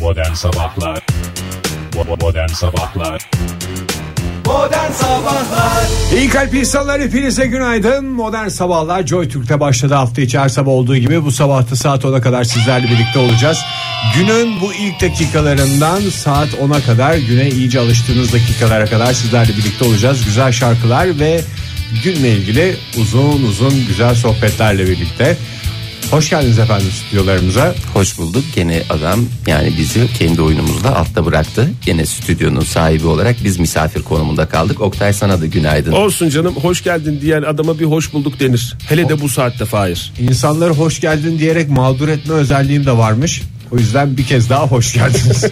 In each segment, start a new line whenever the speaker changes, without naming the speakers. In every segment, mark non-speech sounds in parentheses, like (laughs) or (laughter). Modern Sabahlar Bo- Modern Sabahlar
Modern Sabahlar
İyi kalp insanlar hepinize günaydın. Modern Sabahlar Joy Türk'te başladı hafta içi her sabah olduğu gibi bu sabah da saat 10'a kadar sizlerle birlikte olacağız. Günün bu ilk dakikalarından saat 10'a kadar güne iyice alıştığınız dakikalara kadar sizlerle birlikte olacağız. Güzel şarkılar ve günle ilgili uzun uzun güzel sohbetlerle birlikte. Hoş geldiniz efendim stüdyolarımıza.
Hoş bulduk. Gene adam yani bizi kendi oyunumuzla altta bıraktı. Gene stüdyonun sahibi olarak biz misafir konumunda kaldık. Oktay sana da günaydın.
Olsun canım hoş geldin diyen adama bir hoş bulduk denir. Hele de bu saatte Fahir.
İnsanları hoş geldin diyerek mağdur etme özelliğim de varmış. O yüzden bir kez daha hoş geldiniz.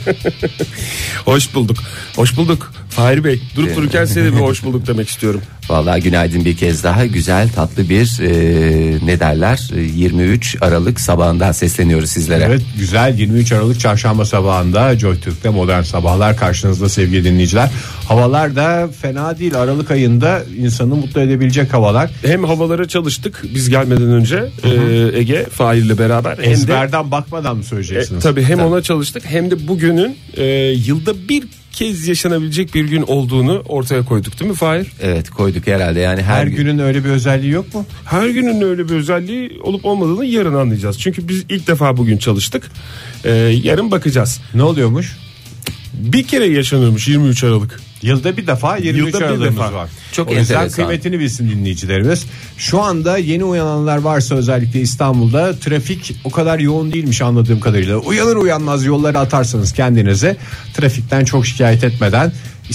Hoş bulduk. Hoş bulduk Fahir Bey. Durup dururken size de bir hoş bulduk demek istiyorum.
Vallahi günaydın bir kez daha. Güzel tatlı bir e, ne derler E, 23 Aralık sabahından sesleniyoruz sizlere.
Evet güzel 23 Aralık çarşamba sabahında JoyTürk'te modern sabahlar karşınızda sevgili dinleyiciler. Havalar da fena değil Aralık ayında insanı mutlu edebilecek havalar.
Hem havalara çalıştık biz gelmeden önce e, Ege Fahir'le beraber. Hem de,
Ezberden bakmadan mı
e,
söyleyeceksiniz?
tabii hem ona çalıştık hem de bugünün e, yılda bir kez yaşanabilecek bir gün olduğunu ortaya koyduk değil mi Fahir?
Evet koyduk herhalde yani her,
Her
gün.
günün öyle bir özelliği yok mu?
Her günün öyle bir özelliği olup olmadığını yarın anlayacağız. Çünkü biz ilk defa bugün çalıştık. E, yarın bakacağız.
Ne oluyormuş?
Bir kere yaşanıyormuş 23 Aralık.
Yılda bir defa 23
Yılda bir
Aralık'ımız
defa.
var.
Çok
o yüzden
enteresan.
kıymetini bilsin dinleyicilerimiz. Şu anda yeni uyananlar varsa özellikle İstanbul'da trafik o kadar yoğun değilmiş anladığım kadarıyla. Uyanır uyanmaz yollara atarsanız kendinize trafikten çok şikayet etmeden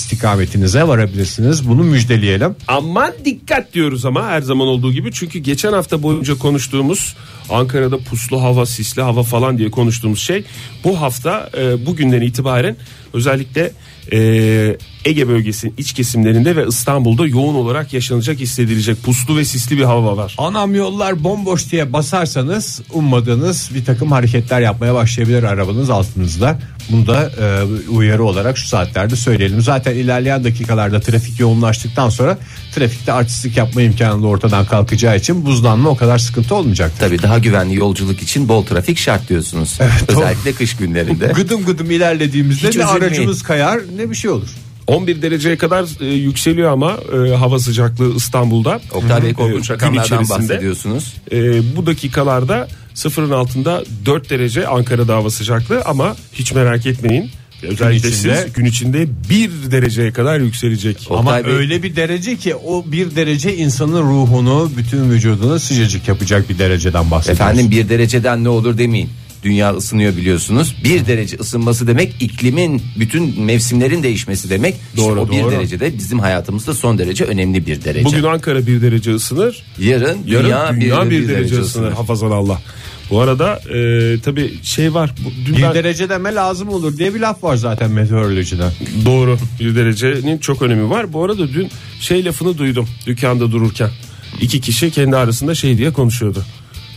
istikametinize varabilirsiniz. Bunu müjdeleyelim.
Aman dikkat diyoruz ama her zaman olduğu gibi çünkü geçen hafta boyunca konuştuğumuz Ankara'da puslu hava, sisli hava falan diye konuştuğumuz şey bu hafta e, bugünden itibaren özellikle e, Ege bölgesinin iç kesimlerinde ve İstanbul'da yoğun olarak yaşanacak hissedilecek puslu ve sisli bir hava var.
Anam yollar bomboş diye basarsanız ummadığınız bir takım hareketler yapmaya başlayabilir arabanız altınızda. Bunu da e, uyarı olarak şu saatlerde söyleyelim. Zaten ilerleyen dakikalarda trafik yoğunlaştıktan sonra trafikte artistlik yapma imkanı da ortadan kalkacağı için buzlanma o kadar sıkıntı olmayacaktır.
Tabii daha güvenli yolculuk için bol trafik şart diyorsunuz. Özellikle kış günlerinde.
Gıdım gıdım ilerlediğimizde
Hiç
ne
üzülmeyin.
aracımız kayar ne bir şey olur.
11 dereceye kadar e, yükseliyor ama e, hava sıcaklığı İstanbul'da.
Oktay Bey
E, gün
korkunç rakamlardan
içerisinde.
bahsediyorsunuz.
Ee, bu dakikalarda sıfırın altında 4 derece Ankara'da hava sıcaklığı ama hiç merak etmeyin. Özellikle gün
içinde-
siz gün içinde 1 dereceye kadar yükselecek.
O-
Ama
Oktay Bey-
öyle bir derece ki o bir derece insanın ruhunu bütün vücudunu sıcacık yapacak bir dereceden bahsediyoruz.
Efendim bir dereceden ne olur demeyin. Dünya ısınıyor biliyorsunuz. Bir derece ısınması demek iklimin bütün mevsimlerin değişmesi demek. İşte
Doğru,
o bir
doğru.
derecede bizim hayatımızda son derece önemli bir derece.
Bugün Ankara 1 derece ısınır.
yarın,
Yarın
dünya,
dünya,
bir,
1 derece,
derece
ısınır.
ısınır.
Hafazan Allah. Bu arada e, tabii şey var. Bu, dün
Bir
ben-
derece deme lazım olur diye bir laf var zaten meteorolojiden.
Doğru. Bir derecenin çok önemi var. Bu arada dün şey lafını duydum dükkanda dururken. iki kişi kendi arasında şey diye konuşuyordu.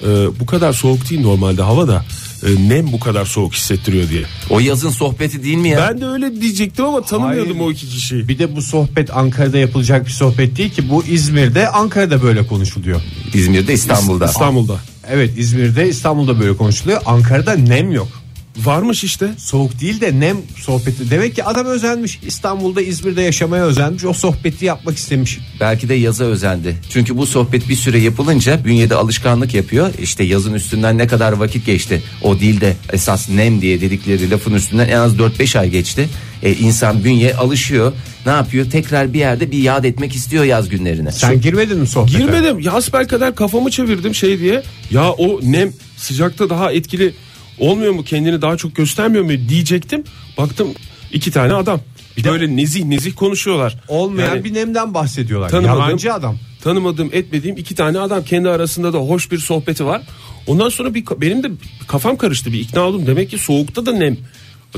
Ee, bu kadar soğuk değil normalde hava da e, nem bu kadar soğuk hissettiriyor diye.
O yazın sohbeti değil mi ya?
Ben de öyle diyecektim ama tanımıyordum
Hayır.
o iki kişiyi.
Bir de bu sohbet Ankara'da yapılacak bir sohbet değil ki bu İzmir'de Ankara'da böyle konuşuluyor.
İzmir'de İstanbul'da.
İstanbul'da.
Evet İzmir'de İstanbul'da böyle konuşuluyor. Ankara'da nem yok.
Varmış işte.
Soğuk değil de nem sohbeti. Demek ki adam özenmiş. İstanbul'da İzmir'de yaşamaya özenmiş. O sohbeti yapmak istemiş.
Belki de yaza özendi. Çünkü bu sohbet bir süre yapılınca bünyede alışkanlık yapıyor. İşte yazın üstünden ne kadar vakit geçti. O değil de esas nem diye dedikleri lafın üstünden en az 4-5 ay geçti. E, insan bünye alışıyor. Ne yapıyor? Tekrar bir yerde bir yad etmek istiyor yaz günlerini.
Sen girmedin mi sohbete?
Girmedim. Yasper kadar kafamı çevirdim şey diye. Ya o nem sıcakta daha etkili olmuyor mu? Kendini daha çok göstermiyor mu diyecektim. Baktım iki tane adam. Bir de böyle nezih nezih konuşuyorlar.
Olmayan
Yani
bir nemden bahsediyorlar.
tanımadığım-
Yalancı adam.
Tanımadığım, etmediğim iki tane adam kendi arasında da hoş bir sohbeti var. Ondan sonra bir benim de kafam karıştı. Bir ikna oldum. Demek ki soğukta da nem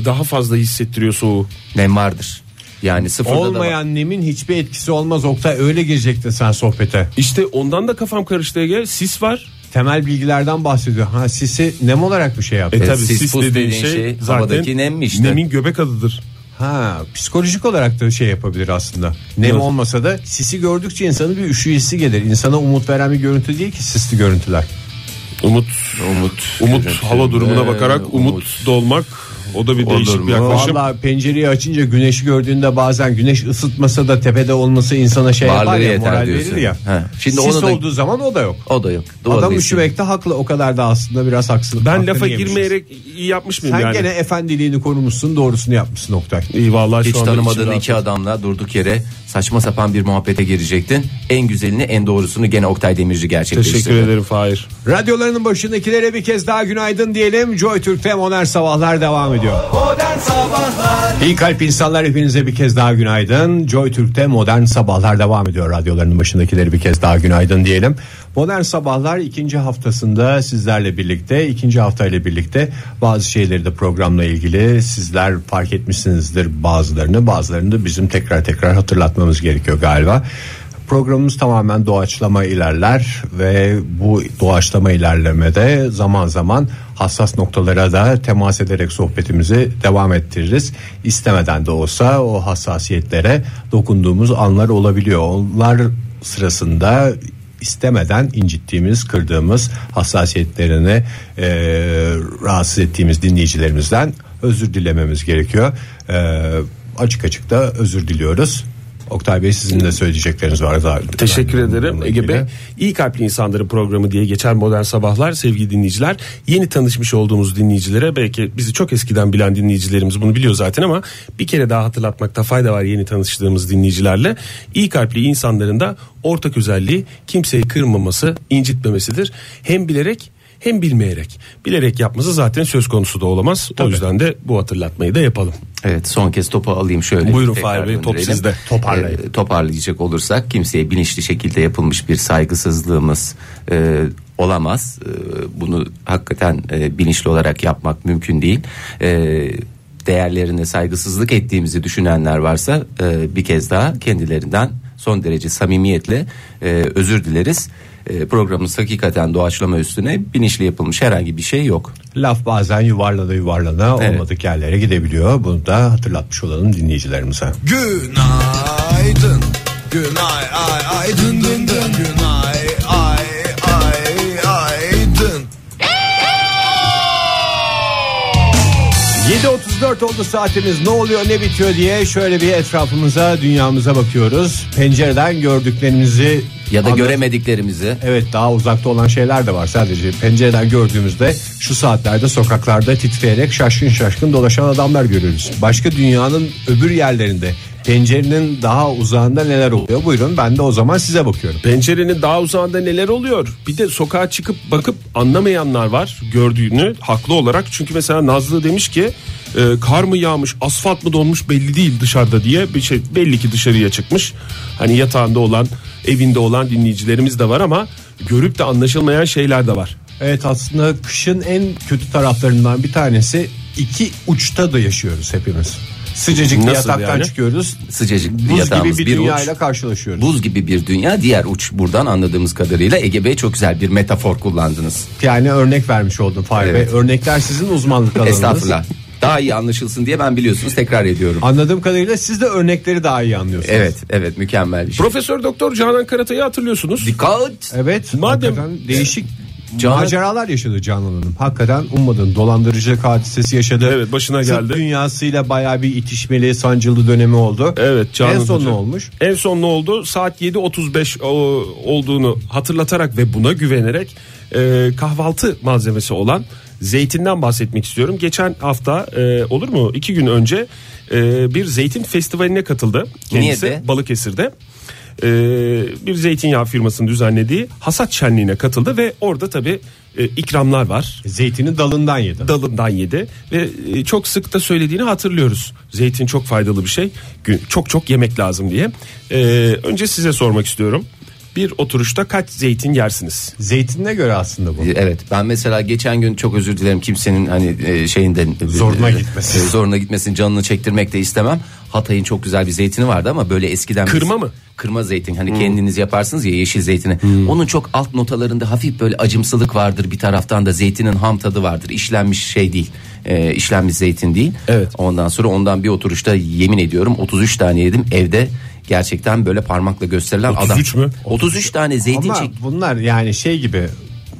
daha fazla hissettiriyor soğuğu.
Nem vardır. Yani sıfırda da var.
Olmayan nemin hiçbir etkisi olmaz Oktay. Öyle girecektin sen sohbete.
İşte ondan da kafam karıştı Ege. Sis var.
Temel bilgilerden bahsediyor. Ha sisi nem olarak bir şey yaptı.
E
Evet,
tabii
sis,
sis,
pus
dediğin
dediğin
şey,
şey
zaten
havadaki nem işte.
Nemin göbek adıdır.
Ha psikolojik olarak da şey yapabilir aslında. Nem
Evet.
olmasa da sisi gördükçe insanın bir üşü hissi gelir. İnsana umut veren bir görüntü değil ki sisli görüntüler.
Umut
Umut. E,
umut
Görüntüsünde
hava durumuna bakarak umut, dolmak O da bir
Olur
değişik
mu?
bir yaklaşım.
Valla pencereyi açınca güneşi gördüğünde bazen güneş ısıtmasa da tepede olması insana şey yapar
Varlığı
ya
yeter
moral
diyorsun.
verir ya.
He. Şimdi
Şimdi
onu
Sis
da-
olduğu zaman o da yok.
O da yok. Doğru
Adam
diyorsun.
üşümekte haklı o kadar da aslında biraz haksız.
Ben
hakkını
lafa
yemişiz.
girmeyerek iyi yapmış mıyım
Sen
yani?
gene efendiliğini korumuşsun doğrusunu yapmışsın Oktay.
İyi vallahi şu
Hiç
anda içim
tanımadığın
rahat.
iki adamla durduk yere saçma sapan bir muhabbete girecektin. En güzelini en doğrusunu gene Oktay Demirci gerçekleştirdi.
Teşekkür ederim Fahir.
Radyolarının başındakilere bir kez daha günaydın diyelim. Joy Türk'te Modern Sabahlar devam ediyor.
Modern Sabahlar
İyi kalp insanlar hepinize bir kez daha günaydın. Joy Türk'te modern sabahlar devam ediyor. Radyolarının başındakileri bir kez daha günaydın diyelim. Modern sabahlar ikinci haftasında sizlerle birlikte, ikinci haftayla birlikte bazı şeyleri de programla ilgili sizler fark etmişsinizdir bazılarını. Bazılarını da bizim tekrar tekrar hatırlatmamız gerekiyor galiba. Programımız tamamen doğaçlama ilerler ve bu doğaçlama ilerlemede zaman zaman hassas noktalara da temas ederek sohbetimizi devam ettiririz. İstemeden de olsa o hassasiyetlere dokunduğumuz anlar olabiliyor. Onlar sırasında istemeden incittiğimiz, kırdığımız hassasiyetlerini e, rahatsız ettiğimiz dinleyicilerimizden özür dilememiz gerekiyor. E, açık açık da özür diliyoruz. Oktay Bey sizin de söyleyecekleriniz var. Daha
Teşekkür
Bununla
ederim
ilgili.
Ege Bey. İyi kalpli insanların programı diye geçer modern sabahlar sevgili dinleyiciler. Yeni tanışmış olduğumuz dinleyicilere belki bizi çok eskiden bilen dinleyicilerimiz bunu biliyor zaten ama bir kere daha hatırlatmakta fayda var yeni tanıştığımız dinleyicilerle. İyi kalpli insanların da ortak özelliği kimseyi kırmaması, incitmemesidir. Hem bilerek hem bilmeyerek. Bilerek yapması zaten söz konusu da olamaz. O yüzden de bu hatırlatmayı da yapalım.
Evet son kez topu alayım şöyle.
Buyurun
Tekrar
Fahir Bey, top
döndürelim.
sizde.
Toparlayın.
Ee, toparlayacak olursak kimseye bilinçli şekilde yapılmış bir saygısızlığımız e, olamaz. E, bunu hakikaten e, bilinçli olarak yapmak mümkün değil. E, değerlerine saygısızlık ettiğimizi düşünenler varsa e, bir kez daha kendilerinden son derece samimiyetle e, özür dileriz. E, programımız hakikaten doğaçlama üstüne bilinçli yapılmış herhangi bir şey yok.
Laf bazen yuvarlana yuvarlana
Evet.
olmadık yerlere gidebiliyor. Bunu da hatırlatmış olalım dinleyicilerimize.
Günaydın Günay ay aydın dın dın Günay ay ay aydın
7.34 oldu saatimiz ne oluyor ne bitiyor diye şöyle bir etrafımıza dünyamıza bakıyoruz. Pencereden gördüklerimizi
Ya da
anlat-
göremediklerimizi
Evet daha uzakta olan şeyler de var sadece pencereden gördüğümüzde şu saatlerde sokaklarda titreyerek şaşkın şaşkın dolaşan adamlar görüyoruz. Başka dünyanın öbür yerlerinde pencerenin daha uzağında neler oluyor buyurun ben de o zaman size bakıyorum.
Pencerenin daha uzağında neler oluyor? Bir de sokağa çıkıp bakıp anlamayanlar var gördüğünü haklı olarak. Çünkü mesela Nazlı demiş ki e, kar mı yağmış asfalt mı donmuş belli değil dışarıda diye bir şey belli ki dışarıya çıkmış. Hani yatağında olan evinde olan dinleyicilerimiz de var ama görüp de anlaşılmayan şeyler de var.
Evet aslında kışın en kötü taraflarından bir tanesi iki uçta da yaşıyoruz hepimiz. Sıcacık bir
Nasıl
yataktan
yani?
çıkıyoruz.
sıcacık
Buz gibi
yatağımız
bir,
bir uç.
dünyayla karşılaşıyoruz.
Buz gibi bir dünya diğer uç buradan anladığımız kadarıyla Ege Bey çok güzel bir metafor kullandınız.
Yani örnek vermiş oldum Fahri
Evet.
Bey. Örnekler sizin
(laughs)
uzmanlık alanınız.
Estağfurullah. Daha iyi anlaşılsın diye ben biliyorsunuz tekrar ediyorum.
Anladığım kadarıyla siz de örnekleri daha iyi anlıyorsunuz.
Evet evet mükemmel bir şey.
Profesör Doktor Canan Karatay'ı hatırlıyorsunuz.
Dikkat.
Evet.
Madem-
hakikaten değişik
Canan-
maceralar yaşadı Canan Hanım. Hakikaten ummadığın dolandırıcılık hadisesi yaşadı.
Evet, başına
Tıp
geldi.
dünyasıyla bayağı bir itişmeli, sancılı dönemi oldu.
Evet Canan
En son ne
Hoca.
olmuş?
En son ne oldu? Saat 7.35 o- olduğunu hatırlatarak ve buna güvenerek e, kahvaltı malzemesi olan zeytinden bahsetmek istiyorum. Geçen hafta e, olur mu? iki gün önce e, bir zeytin festivaline katıldı. Kendisi
Niye'de?
Balıkesir'de. E, bir zeytinyağı firmasının düzenlediği hasat şenliğine katıldı ve orada tabii e, ikramlar var
Zeytinin dalından yedi.
dalından yedi ve e, çok sık da söylediğini hatırlıyoruz. Zeytin çok faydalı bir şey. Gün- Çok çok yemek lazım diye. Ee, önce size sormak istiyorum. Bir oturuşta kaç zeytin yersiniz?
Zeytinine göre aslında bu.
Ee, Evet ben mesela geçen gün çok özür dilerim kimsenin hani e, şeyinden
Zoruna
e,
gitmesin.
e, zoruna gitmesin canını çektirmek de istemem. Hatay'ın çok güzel bir zeytini vardı ama böyle eskiden biz-
Kırma mı? Hmm.
Kırma zeytin hani kendiniz yaparsınız ya yeşil zeytini. Onun çok alt notalarında hafif böyle acımsılık vardır bir taraftan da zeytinin ham tadı vardır. İşlenmiş şey değil. E, işlenmiş zeytin değil.
Evet.
Ondan sonra ondan bir oturuşta yemin ediyorum 33 tane yedim evde. Gerçekten böyle parmakla gösterilen adam.
33 mü?
33 tane zeytin
Ama
çek.
bunlar yani şey gibi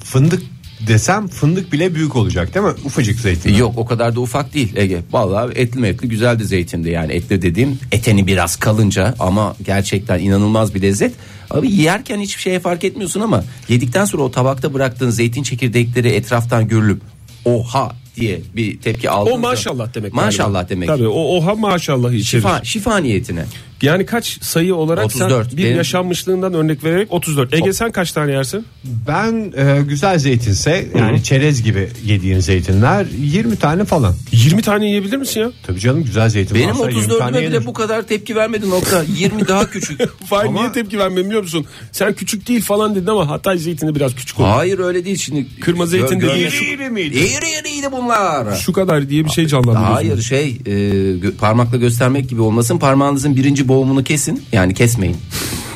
fındık desem fındık bile büyük olacak değil mi? Ufacık zeytin.
Yok o kadar da ufak değil Ege. Vallahi etli metli güzeldi zeytinde yani etli dediğim eteni biraz kalınca ama gerçekten inanılmaz bir lezzet. Abi yerken hiçbir şeye fark etmiyorsun ama yedikten sonra o tabakta bıraktığın zeytin çekirdekleri etraftan görülüp oha diye bir tepki aldığında.
O maşallah demek. galiba.
Maşallah demek.
Tabii şey. o oha maşallah içerir.
Şifa, şifa niyetine.
Yani kaç sayı olarak
34.
sen bir
Benim-
yaşanmışlığından örnek vererek 34. Ege sen kaç tane yersin?
Ben e, güzel zeytinse yani çerez gibi yediğin zeytinler 20 tane falan.
20 tane yiyebilir misin ya?
Tabii canım güzel zeytin
Benim
varsa 20 tane
34'üme
yenir.
bile bu kadar tepki vermedin nokta. 20 daha
(laughs)
küçük.
Fahir niye tepki vermiyor biliyor musun? Sen küçük değil falan dedin ama Hatay zeytini biraz küçük oldu.
Hayır öyle değil şimdi.
Kırmızı zeytin
Gör-
dediğin
görmüş-
şu-
İri miydi?
İri iriydi bunlar.
Şu kadar diye bir şey canlandı. gözümde.
Hayır şey e, gö- parmakla göstermek gibi olmasın. Parmağınızın birinci boğumunu kesin. Yani
(laughs)
kesmeyin.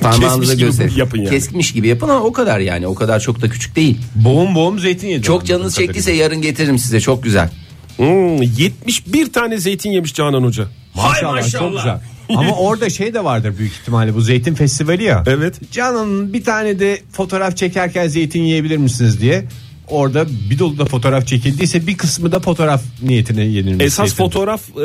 Parmağınıza
Kesmiş gibi
gösterin.
yapın yani.
Kesmiş gibi yapın ama o kadar yani. O kadar çok da küçük değil.
Boğum boğum zeytin yedi.
Çok canınız çektiyse yarın getiririm size. Çok güzel.
Hmm, 71 tane zeytin yemiş Canan Hoca.
Maşallah, çok güzel. Ama orada şey de vardır büyük ihtimalle bu zeytin festivali ya.
(laughs)
Evet.
Canın bir tane de fotoğraf çekerken zeytin yiyebilir misiniz diye. Orada bir dolu da fotoğraf çekildiyse bir kısmı da fotoğraf niyetine yenilmiş.
Esas
zeytin.
fotoğraf e,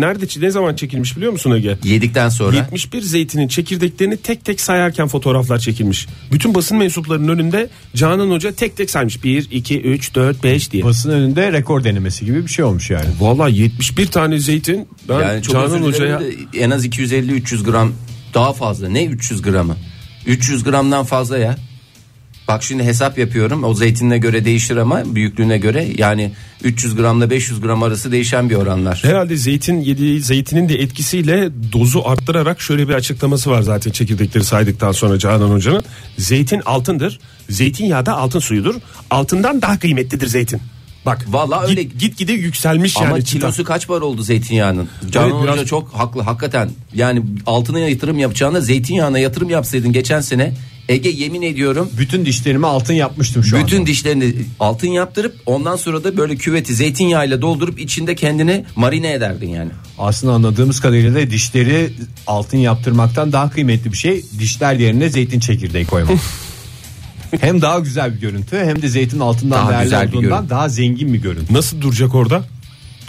nerede ne zaman çekilmiş biliyor musun Ege?
Yedikten sonra.
71 zeytinin çekirdeklerini tek tek sayarken fotoğraflar çekilmiş. Bütün basın mensuplarının önünde Canan Hoca tek tek saymış. 1, 2, 3, 4, 5 diye.
Basın önünde rekor denemesi gibi bir şey olmuş yani.
Valla 71 tane zeytin. Ben
Yani çok
Canan
özür dilerim
Hoca'ya
de en az 250-300 gram daha fazla. Ne 300 gramı? 300 gramdan fazla ya. Bak şimdi hesap yapıyorum. O zeytinine göre değişir ama büyüklüğüne göre yani 300 gramla 500 gram arası değişen bir oranlar.
herhalde zeytin yediği zeytinin de etkisiyle dozu arttırarak şöyle bir açıklaması var zaten çekirdekleri saydıktan sonra Canan Hoca'nın. Zeytin altındır. Zeytinyağı da altın suyudur. Altından daha kıymetlidir zeytin. Bak
Vallahi öyle-
git, gitgide yükselmiş
Ama
yani. çıtan.
kilosu kaç para oldu zeytinyağının? Canan
Evet,
Hoca
biraz-
çok haklı hakikaten. Yani altına yatırım yapacağına zeytinyağına yatırım yapsaydın geçen sene Ege yemin ediyorum
Bütün dişlerimi altın yapmıştım şu
bütün
anda.
dişlerini altın yaptırıp ondan sonra da böyle küveti zeytinyağıyla doldurup içinde kendini marine ederdin yani.
Aslında anladığımız kadarıyla da dişleri altın yaptırmaktan daha kıymetli bir şey. Dişler yerine zeytin çekirdeği
(laughs)
koymak. hem daha güzel bir görüntü hem de zeytin altından
Daha
değerli
güzel bir
olduğundan
görüntü.
daha zengin bir görüntü.
Nasıl duracak orada?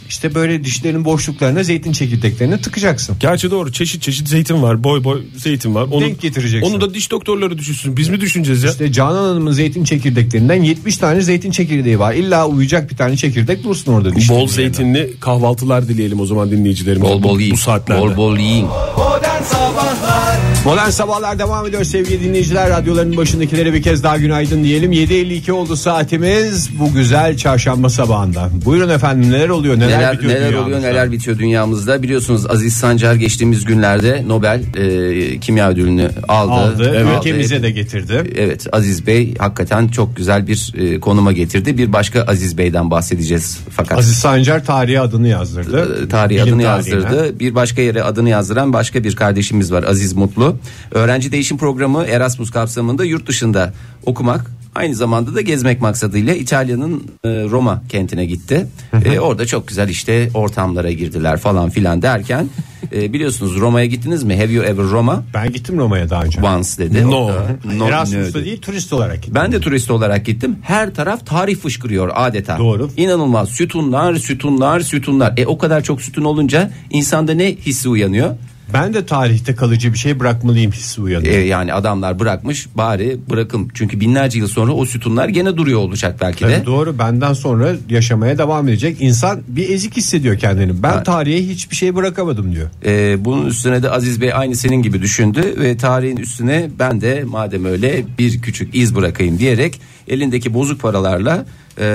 İşte böyle dişlerin boşluklarına zeytin çekirdeklerini tıkacaksın.
Gerçi doğru çeşit çeşit zeytin var boy boy zeytin var. Onu,
Denk getireceksin.
Onu da diş doktorları düşünsün biz mi düşüneceğiz ya?
İşte Canan Hanım'ın zeytin çekirdeklerinden 70 tane zeytin çekirdeği var. İlla uyuyacak bir tane çekirdek dursun orada. dişlerin
bol
yerine.
zeytinli kahvaltılar dileyelim o zaman dinleyicilerimize.
Bol bol
bu,
yiyin.
bu saatlerde.
Bol bol yiyin.
Modern Sabahlar
Modern sabahlar devam ediyor sevgili dinleyiciler. Radyoların başındakilere bir kez daha günaydın diyelim. 7.52 oldu saatimiz bu güzel çarşamba sabahında. Buyurun efendim neler oluyor neler,
Neler,
bitiyor
neler oluyor
dünyamızda?
neler bitiyor dünyamızda biliyorsunuz Aziz Sancar geçtiğimiz günlerde Nobel e, kimya ödülünü aldı.
aldı.
Evet.
Ülkemize de getirdi.
Evet Aziz Bey hakikaten çok güzel bir e, konuma getirdi. Bir başka Aziz Bey'den bahsedeceğiz fakat
Aziz Sancar tarihi adını yazdırdı.
e,
Bilim
tarihi adını
tarihine.
yazdırdı. Bir başka yere adını yazdıran başka bir kardeşimiz var Aziz Mutlu. Öğrenci değişim programı Erasmus kapsamında yurt dışında okumak aynı zamanda da gezmek maksadıyla İtalya'nın e, Roma kentine gitti. E, orada çok güzel işte ortamlara girdiler falan filan derken e, biliyorsunuz Roma'ya gittiniz mi? Have you ever Roma?
Ben gittim Roma'ya daha önce.
Once dedi.
No.
O da, no, no
Erasmus'ta
dedi.
değil turist olarak gittim.
Ben de turist olarak gittim. Her taraf tarih fışkırıyor adeta.
Doğru.
İnanılmaz. Sütunlar, sütunlar, sütunlar. E o kadar çok sütun olunca insanda ne hissi uyanıyor?
Ben de tarihte kalıcı bir şey bırakmalıyım hissi uyanıyor.
E, yani adamlar bırakmış bari bırakın. Çünkü binlerce yıl sonra o sütunlar gene duruyor olacak belki de.
Tabii doğru benden sonra yaşamaya devam edecek insan bir ezik hissediyor kendini. Ben tarihe hiçbir şey bırakamadım diyor.
E, bunun üstüne de Aziz Bey aynı senin gibi düşündü ve tarihin üstüne ben de madem öyle bir küçük iz bırakayım diyerek elindeki bozuk paralarla e,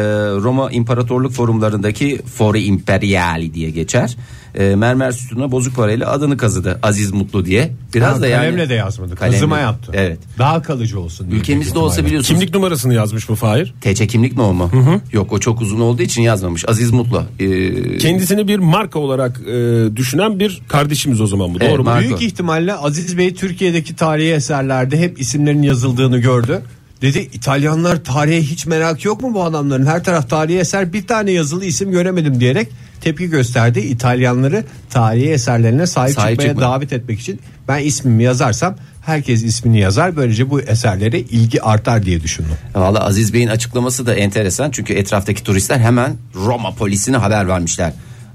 Roma İmparatorluk forumlarındaki Fori Imperiali diye geçer. E, mermer sütuna bozuk parayla adını kazıdı Aziz Mutlu diye. Biraz
Ha,
da yani
kalemle de yazmadı.
Kalemle.
Kazıma yaptı.
Evet.
Daha kalıcı olsun. diye
Ülkemizde
büyük
olsa
ihtimalle.
biliyorsunuz.
Kimlik numarasını yazmış bu Fahir.
TC kimlik mi o mu? Yok o çok uzun olduğu için yazmamış. Aziz Mutlu. E,
Kendisini bir marka olarak e, düşünen bir kardeşimiz o zaman bu.
Evet,
Doğru mu?
marka.
Büyük-
Büyük ihtimalle Aziz Bey Türkiye'deki tarihi eserlerde hep isimlerin yazıldığını gördü. Dedi İtalyanlar tarihe hiç merak yok mu bu adamların? Her taraf tarihi eser bir tane yazılı isim göremedim diyerek tepki gösterdi. İtalyanları tarihi eserlerine sahip,
Sahip
çıkmaya
çıkma.
davet etmek için ben ismimi yazarsam Herkes ismini yazar. Böylece bu eserlere ilgi artar diye düşündüm.
Valla Aziz Bey'in açıklaması da enteresan çünkü etraftaki turistler hemen Roma polisine haber vermişler.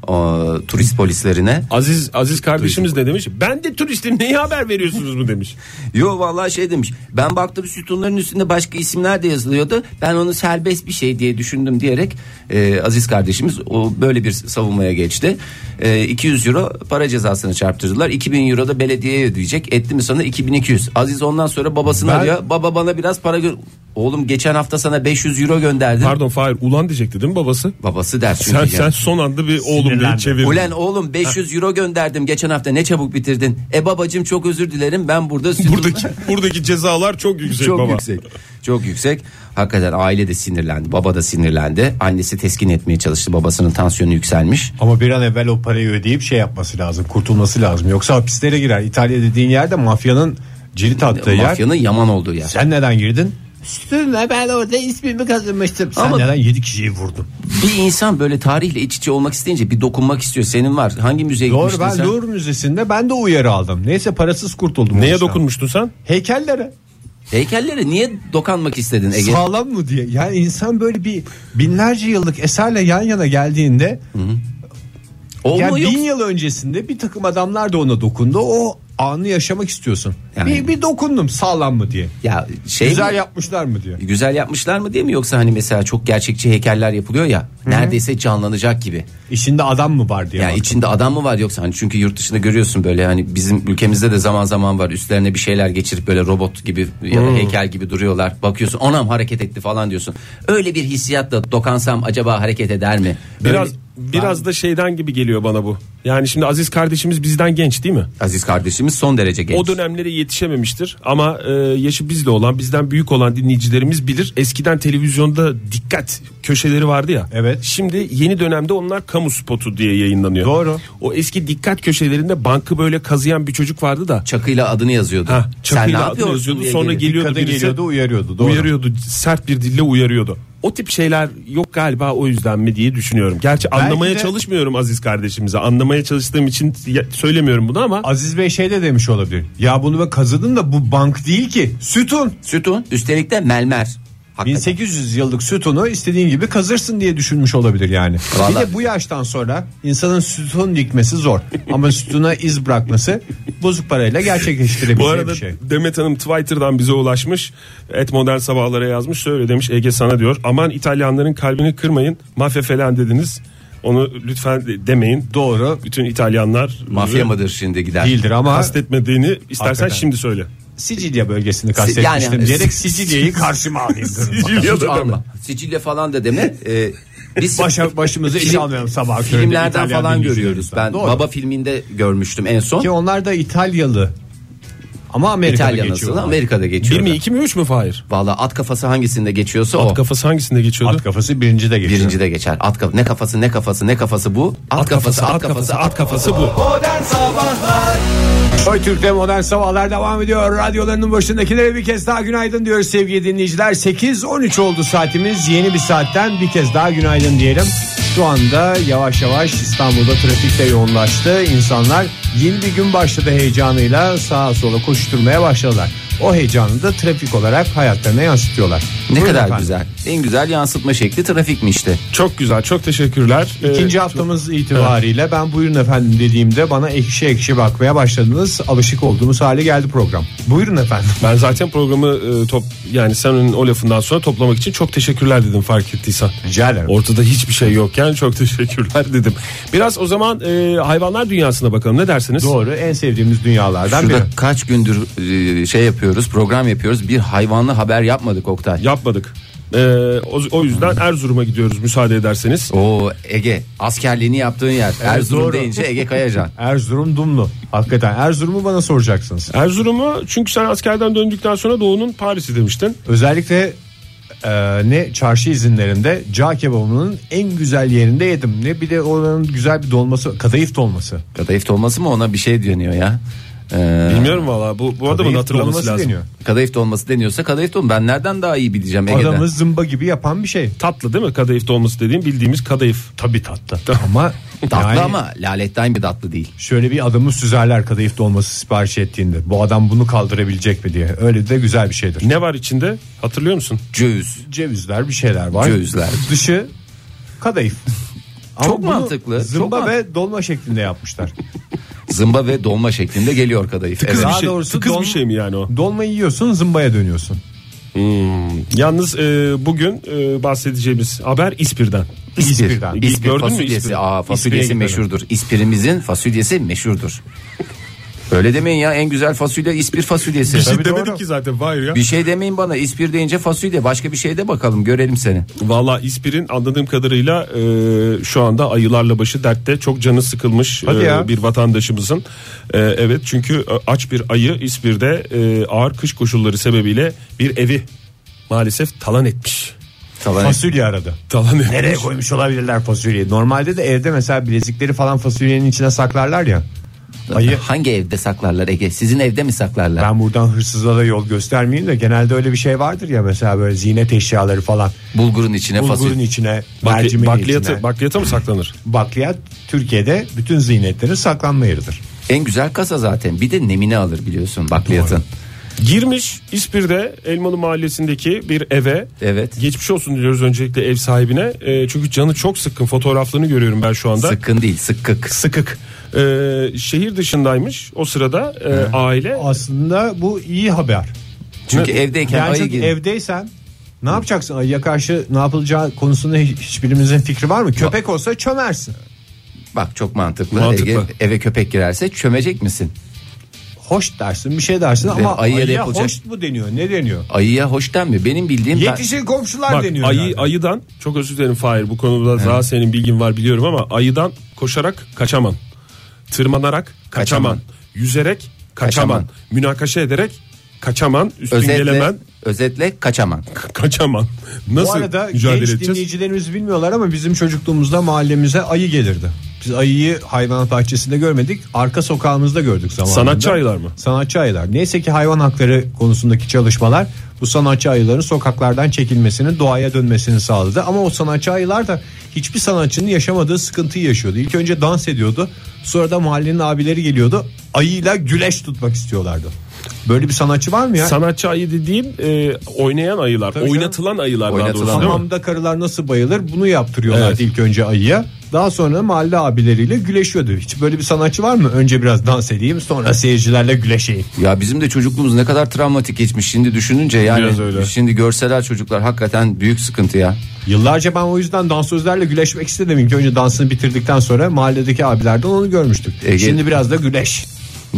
O, turist polislerine.
Aziz Aziz kardeşimiz ne demiş? Ben de turistim neye haber veriyorsunuz mu demiş.
Yo vallahi şey demiş. Ben baktım sütunların üstünde başka isimler de yazılıyordu. Ben onu serbest bir şey diye düşündüm diyerek e, Aziz kardeşimiz o böyle bir savunmaya geçti. E, 200 euro para cezasını çarptırdılar. 2000 euro da belediyeye ödeyecek. Etti mi sonra 2200. Aziz ondan sonra babasını
Ben-
arıyor. Baba bana biraz para gö- Oğlum geçen hafta sana 500 euro gönderdim.
Pardon Fahir ulan diyecekti değil mi babası?
Babası der çünkü.
Sen,
ya.
sen son anda bir oğlum diye
Sinirlendi.
çevirdin.
Ulan oğlum 500 euro gönderdim geçen hafta ne çabuk bitirdin. E babacım çok özür dilerim ben burada sütun-
Buradaki buradaki cezalar çok yüksek
(laughs) çok
baba.
yüksek. Çok yüksek. Hakikaten aile de sinirlendi. Baba da sinirlendi. Annesi teskin etmeye çalıştı. Babasının tansiyonu yükselmiş.
Ama bir an evvel o parayı ödeyip şey yapması lazım. Kurtulması lazım. Yoksa hapislere girer. İtalya dediğin yerde mafyanın cirit attığı yer.
Mafyanın yaman olduğu yer.
Sen neden girdin?
Üstüne ben orada ismimi kazanmıştım.
Sen
Ama-
neden 7 kişiyi vurdun?
Bir insan böyle tarihle iç içe olmak isteyince bir dokunmak istiyor. Senin var. Hangi müzeye
Doğru
gitmiştin
ben
sen?
Louvre Müzesi'nde ben de uyarı aldım. Neyse parasız kurtuldum. o
Neye
işten.
dokunmuştun sen?
Heykellere.
Heykellere niye dokanmak istedin Ege?
Sağlam mı diye. Yani insan böyle bir binlerce yıllık eserle yan yana geldiğinde
Olma
yani
yok.
bin yıl öncesinde bir takım adamlar da ona dokundu. O anı yaşamak istiyorsun.
Yani-
Bir, bir dokundum sağlam mı diye.
Ya şey
Güzel
mi?
yapmışlar mı diye.
Güzel yapmışlar mı diye mi yoksa hani mesela çok gerçekçi heykeller yapılıyor ya neredeyse canlanacak gibi.
İşinde adam mı var diye.
Yani
baktım.
içinde adam mı var yoksa hani çünkü yurt dışında görüyorsun böyle hani bizim ülkemizde de zaman zaman var üstlerine bir şeyler geçirip böyle robot gibi ya
Hmm.
da heykel gibi duruyorlar. Bakıyorsun anam hareket etti falan diyorsun. Öyle bir hissiyatla dokunsam acaba hareket eder mi? Böyle-
Biraz biraz da şeyden gibi geliyor bana bu. Yani şimdi Aziz kardeşimiz bizden genç değil mi?
Aziz kardeşimiz son derece genç.
O dönemlere yetişememiştir ama e, yaşı bizde olan bizden büyük olan dinleyicilerimiz bilir. Eskiden televizyonda dikkat köşeleri vardı ya.
Evet.
Şimdi yeni dönemde onlar kamu spotu diye yayınlanıyor.
Doğru.
O eski dikkat köşelerinde bankı böyle kazıyan bir çocuk vardı da.
Çakıyla adını yazıyordu.
Ha,
Sen ne
çakıyla adını
yapıyorsun
yazıyordu
diye
sonra
gelirdi.
geliyordu
Kadın
birisi.
geliyordu uyarıyordu. Doğru.
Uyarıyordu sert bir dille uyarıyordu. O tip şeyler yok galiba o yüzden mi diye düşünüyorum. Gerçi anlamaya
de-
çalışmıyorum Aziz kardeşimize. Anlamaya çalıştığım için ya- söylemiyorum bunu ama
Aziz Bey şey de demiş olabilir. Ya bunu ben kazıdın da bu bank değil ki. Sütun.
Sütun üstelik de melmer. Hakikaten.
1800 yıllık sütunu istediğin gibi kazırsın diye düşünmüş olabilir yani.
Vallahi-
Bir de bu yaştan sonra insanın sütun dikmesi zor. Ama sütuna iz bırakması bozuk parayla
Bu
gerçekleştirebileceği
arada
bir şey.
Demet Hanım Twitter'dan bize ulaşmış. Et modern sabahlara yazmış. Şöyle demiş Ege sana diyor. Aman İtalyanların kalbini kırmayın. Mafya falan dediniz. Onu lütfen de- demeyin.
Doğru
Bütün İtalyanlar
Mafya mıdır şimdi gider?
değildir ama
kastetmediğini istersen
Hakikaten.
şimdi söyle.
Sicilya bölgesini kastetmiştim
Yani-
diyerek Sicilya'yı karşıma alayım.
(laughs)
dedim.
Hiç
Sicilya'da deme.
alma. Sicilya falan da deme. Ee, biz
Başa, başımızı iş
Film-
almayalım sabah köründe
filmlerden
İtalyan
falan
dinleyicilerimizden.
görüyoruz. Ben
Doğru.
Baba filminde görmüştüm en son.
Ki onlar da İtalyalı. Ama Amerika'da
İtalya nasıl?
geçiyorlar.
Amerika'da
Bir
geçiyor.
mi iki mi üç mü Fahir?
Valla at kafası hangisinde geçiyorsa o.
At kafası hangisinde geçiyordu?
At kafası birinci de geçiyor.
Birinci de geçer. At kaf- ne kafası ne kafası ne kafası bu? At, kafası, at kafası, at
kafası bu.
Modern Sabahlar
Joy Türk'te modern sabahlar devam ediyor. Radyolarının başındakilere bir kez daha günaydın diyoruz sevgili dinleyiciler. 8.13 oldu saatimiz. Yeni bir saatten bir kez daha günaydın diyelim. Şu anda yavaş yavaş İstanbul'da trafik de yoğunlaştı. İnsanlar yeni bir gün başladı heyecanıyla sağa sola koşturmaya başladılar. O heyecanı da trafik olarak hayatlarına yansıtıyorlar.
Ne
Buyurun
kadar
efendim.
güzel. En güzel yansıtma şekli trafikmişti.
Çok güzel çok teşekkürler. Ee,
İkinci haftamız itibariyle ben buyurun efendim dediğimde bana ekşi ekşi bakmaya başladınız. Alışık olduğumuz hale geldi program. Buyurun
(laughs)
efendim.
Ben zaten programı e, top yani sen onun o lafından sonra toplamak için çok teşekkürler dedim fark ettiysen.
Rica ederim.
Ortada hiçbir şey yokken çok teşekkürler dedim. Biraz o zaman e, hayvanlar dünyasına bakalım ne dersiniz?
Doğru en sevdiğimiz dünyalardan
Şurada
biri.
kaç gündür e, şey yapıyoruz, program yapıyoruz. Bir hayvanlı haber yapmadık Oktay.
Yapmadık. E, o, o yüzden Erzurum'a gidiyoruz müsaade ederseniz.
Oo Ege, askerliğini yaptığın yer. Erzurum
doğru.
deyince Ege Kayacan.
Erzurum Dumlu. Hakikaten Erzurum'u bana soracaksınız.
Erzurum'u çünkü sen askerden döndükten sonra Doğu'nun Paris'i demiştin.
Özellikle e, ne çarşı izinlerinde cağ kebabının en güzel yerinde yedim. Ne bir de oranın güzel bir dolması kadayıf dolması.
Kadayıf olması mı ona bir şey dönüyor ya. Ee,
Bilmiyorum valla bu, bu adamın
Kadayıf
hatırlaması
dolması
lazım.
deniyor.
kadayıf dolması deniyorsa kadayıf dolması. Ben nereden daha iyi bileceğim Ege'den?
Adamı zımba gibi yapan bir şey.
Tatlı değil mi kadayıf dolması dediğim bildiğimiz kadayıf.
Tabii tatlı. Ama
Tatlı
yani
ama laletten bir tatlı değil.
şöyle bir adamı süzerler kadayıf dolması sipariş ettiğinde. Bu adam bunu kaldırabilecek mi diye. Öyle de güzel bir şeydir.
(laughs) Ne var içinde hatırlıyor musun?
Cöğüz.
Cevizler bir şeyler var.
Cevizler.
Dışı
(laughs)
kadayıf. Ama
Çok
bunu
mantıklı, çok
Zımba
mantıklı.
ve dolma şeklinde yapmışlar.
Zımba ve dolma şeklinde geliyor kadayıf. Evet.
bir
Daha
şey-
doğrusu
tıkız bir
dolma-
şey mi yani o?
Dolmayı yiyorsun zımbaya dönüyorsun.
Yalnız e, bugün e, bahsedeceğimiz haber İspir'den.
İspir'den.
İspir
Gördün mü
fasulyesi.
İspir'i?
Aa, fasulyesi
İspir'e gidelim.
meşhurdur. İspirimizin fasulyesi meşhurdur. Öyle demeyin ya en güzel fasulye İspir fasulyesi.
Şey
Tabii
demedik
doğru.
ki zaten var ya.
Bir şey demeyin bana İspir deyince fasulye başka bir şey de bakalım görelim seni.
Valla İspir'in anladığım kadarıyla e, şu anda ayılarla başı dertte çok canı sıkılmış
Hadi
e,
ya.
bir vatandaşımızın. E, evet çünkü e, aç bir ayı İspir'de e, ağır kış koşulları sebebiyle bir evi maalesef talan etmiş.
Talan
Fasulye aradı.
Talan etmiş.
Nereye koymuş olabilirler fasulyeyi? Normalde de evde mesela bilezikleri falan fasulyenin içine saklarlar ya. Ayı
Hangi evde saklarlar Ege? Sizin evde mi saklarlar?
ben buradan hırsıza da yol göstermeyeyim de genelde öyle bir şey vardır ya mesela böyle ziynet eşyaları falan.
Bulgurun içine
Bulgurun
fasulye.
içine,
Bakli-
mercimeğin
bakliyata,
içine.
bakliyata mı saklanır?
Bakliyat Türkiye'de bütün ziynetlerin saklanma yeridir.
En güzel kasa zaten. Bir de nemini alır biliyorsun bakliyatın.
Girmiş İspir'de Elmalı Mahallesi'ndeki bir eve.
Evet.
Geçmiş olsun diliyoruz öncelikle ev sahibine. E, çünkü canı çok sıkkın fotoğraflarını görüyorum ben şu anda.
Sıkkın değil sıkkık.
Sıkık. E, şehir dışındaymış o sırada e, aile.
Aslında bu iyi
(laughs)
haber.
Çünkü
Ne-
evdeyken
Yani
ayı
çünkü
gibi.
evdeysen ne yapacaksın ayıya karşı ne yapılacağı konusunda hiç- hiçbirimizin fikri var mı? Köpek olsa çömersin.
Bak çok mantıklı.
Mantıklı.
Ege, eve köpek girerse çömecek misin?
Hoş dersin bir şey dersin ama
ayıya da
ayıya,
yapılacak-
hoş mu deniyor ne deniyor?
Ayıya hoş denmiyor. Benim bildiğim ben-
Yetişin komşular
Bak
deniyor.
ayı,
yani.
ayıdan çok özür dilerim Fahir bu konuda daha senin bilgin var biliyorum ama ayıdan koşarak kaçaman. Tırmanarak kaçaman.
Kaçaman.
Yüzerek kaçaman.
Kaçaman.
Münakaşa ederek kaçaman. Üstün
özetle,
gelemen (laughs)
özetle kaçaman.
kaçaman. Nasıl
Bu arada
mücadele
genç
edeceğiz?
dinleyicilerimiz bilmiyorlar ama bizim çocukluğumuzda mahallemize ayı gelirdi. Biz ayıyı hayvanat bahçesinde görmedik. Arka sokağımızda gördük zamanında.
Sanatçı ayılar mı?
Sanatçı ayılar. Neyse ki hayvan hakları konusundaki çalışmalar bu sanatçı ayıların sokaklardan çekilmesini, doğaya dönmesini sağladı. Ama o sanatçı ayılar da hiçbir sanatçının yaşamadığı sıkıntıyı yaşıyordu. İlk önce dans ediyordu. Sonra da mahallenin abileri geliyordu. Ayıyla güleş tutmak istiyorlardı. Böyle bir sanatçı var mı ya?
Sanatçı ayı dediğim e, oynayan ayılar.
Tabii
oynatılan ayılar daha doğrusu,
Oynatılan.
değil mi?
Hamamda karılar nasıl bayılır bunu yaptırıyorlardı
Evet.
ilk önce ayıya. Daha sonra mahalle abileriyle güleşiyordu. Hiç böyle bir sanatçı var mı? Önce biraz dans edeyim sonra seyircilerle güleşeyim.
Ya bizim de çocukluğumuz ne kadar travmatik geçmiş şimdi düşününce yani.
Biraz öyle.
Şimdi görseler çocuklar hakikaten büyük sıkıntı ya.
Yıllarca ben o yüzden dansözlerle güleşmek istedim. İlk önce dansını bitirdikten sonra mahalledeki abilerden onu görmüştük.
Ege-
Şimdi biraz da güleş.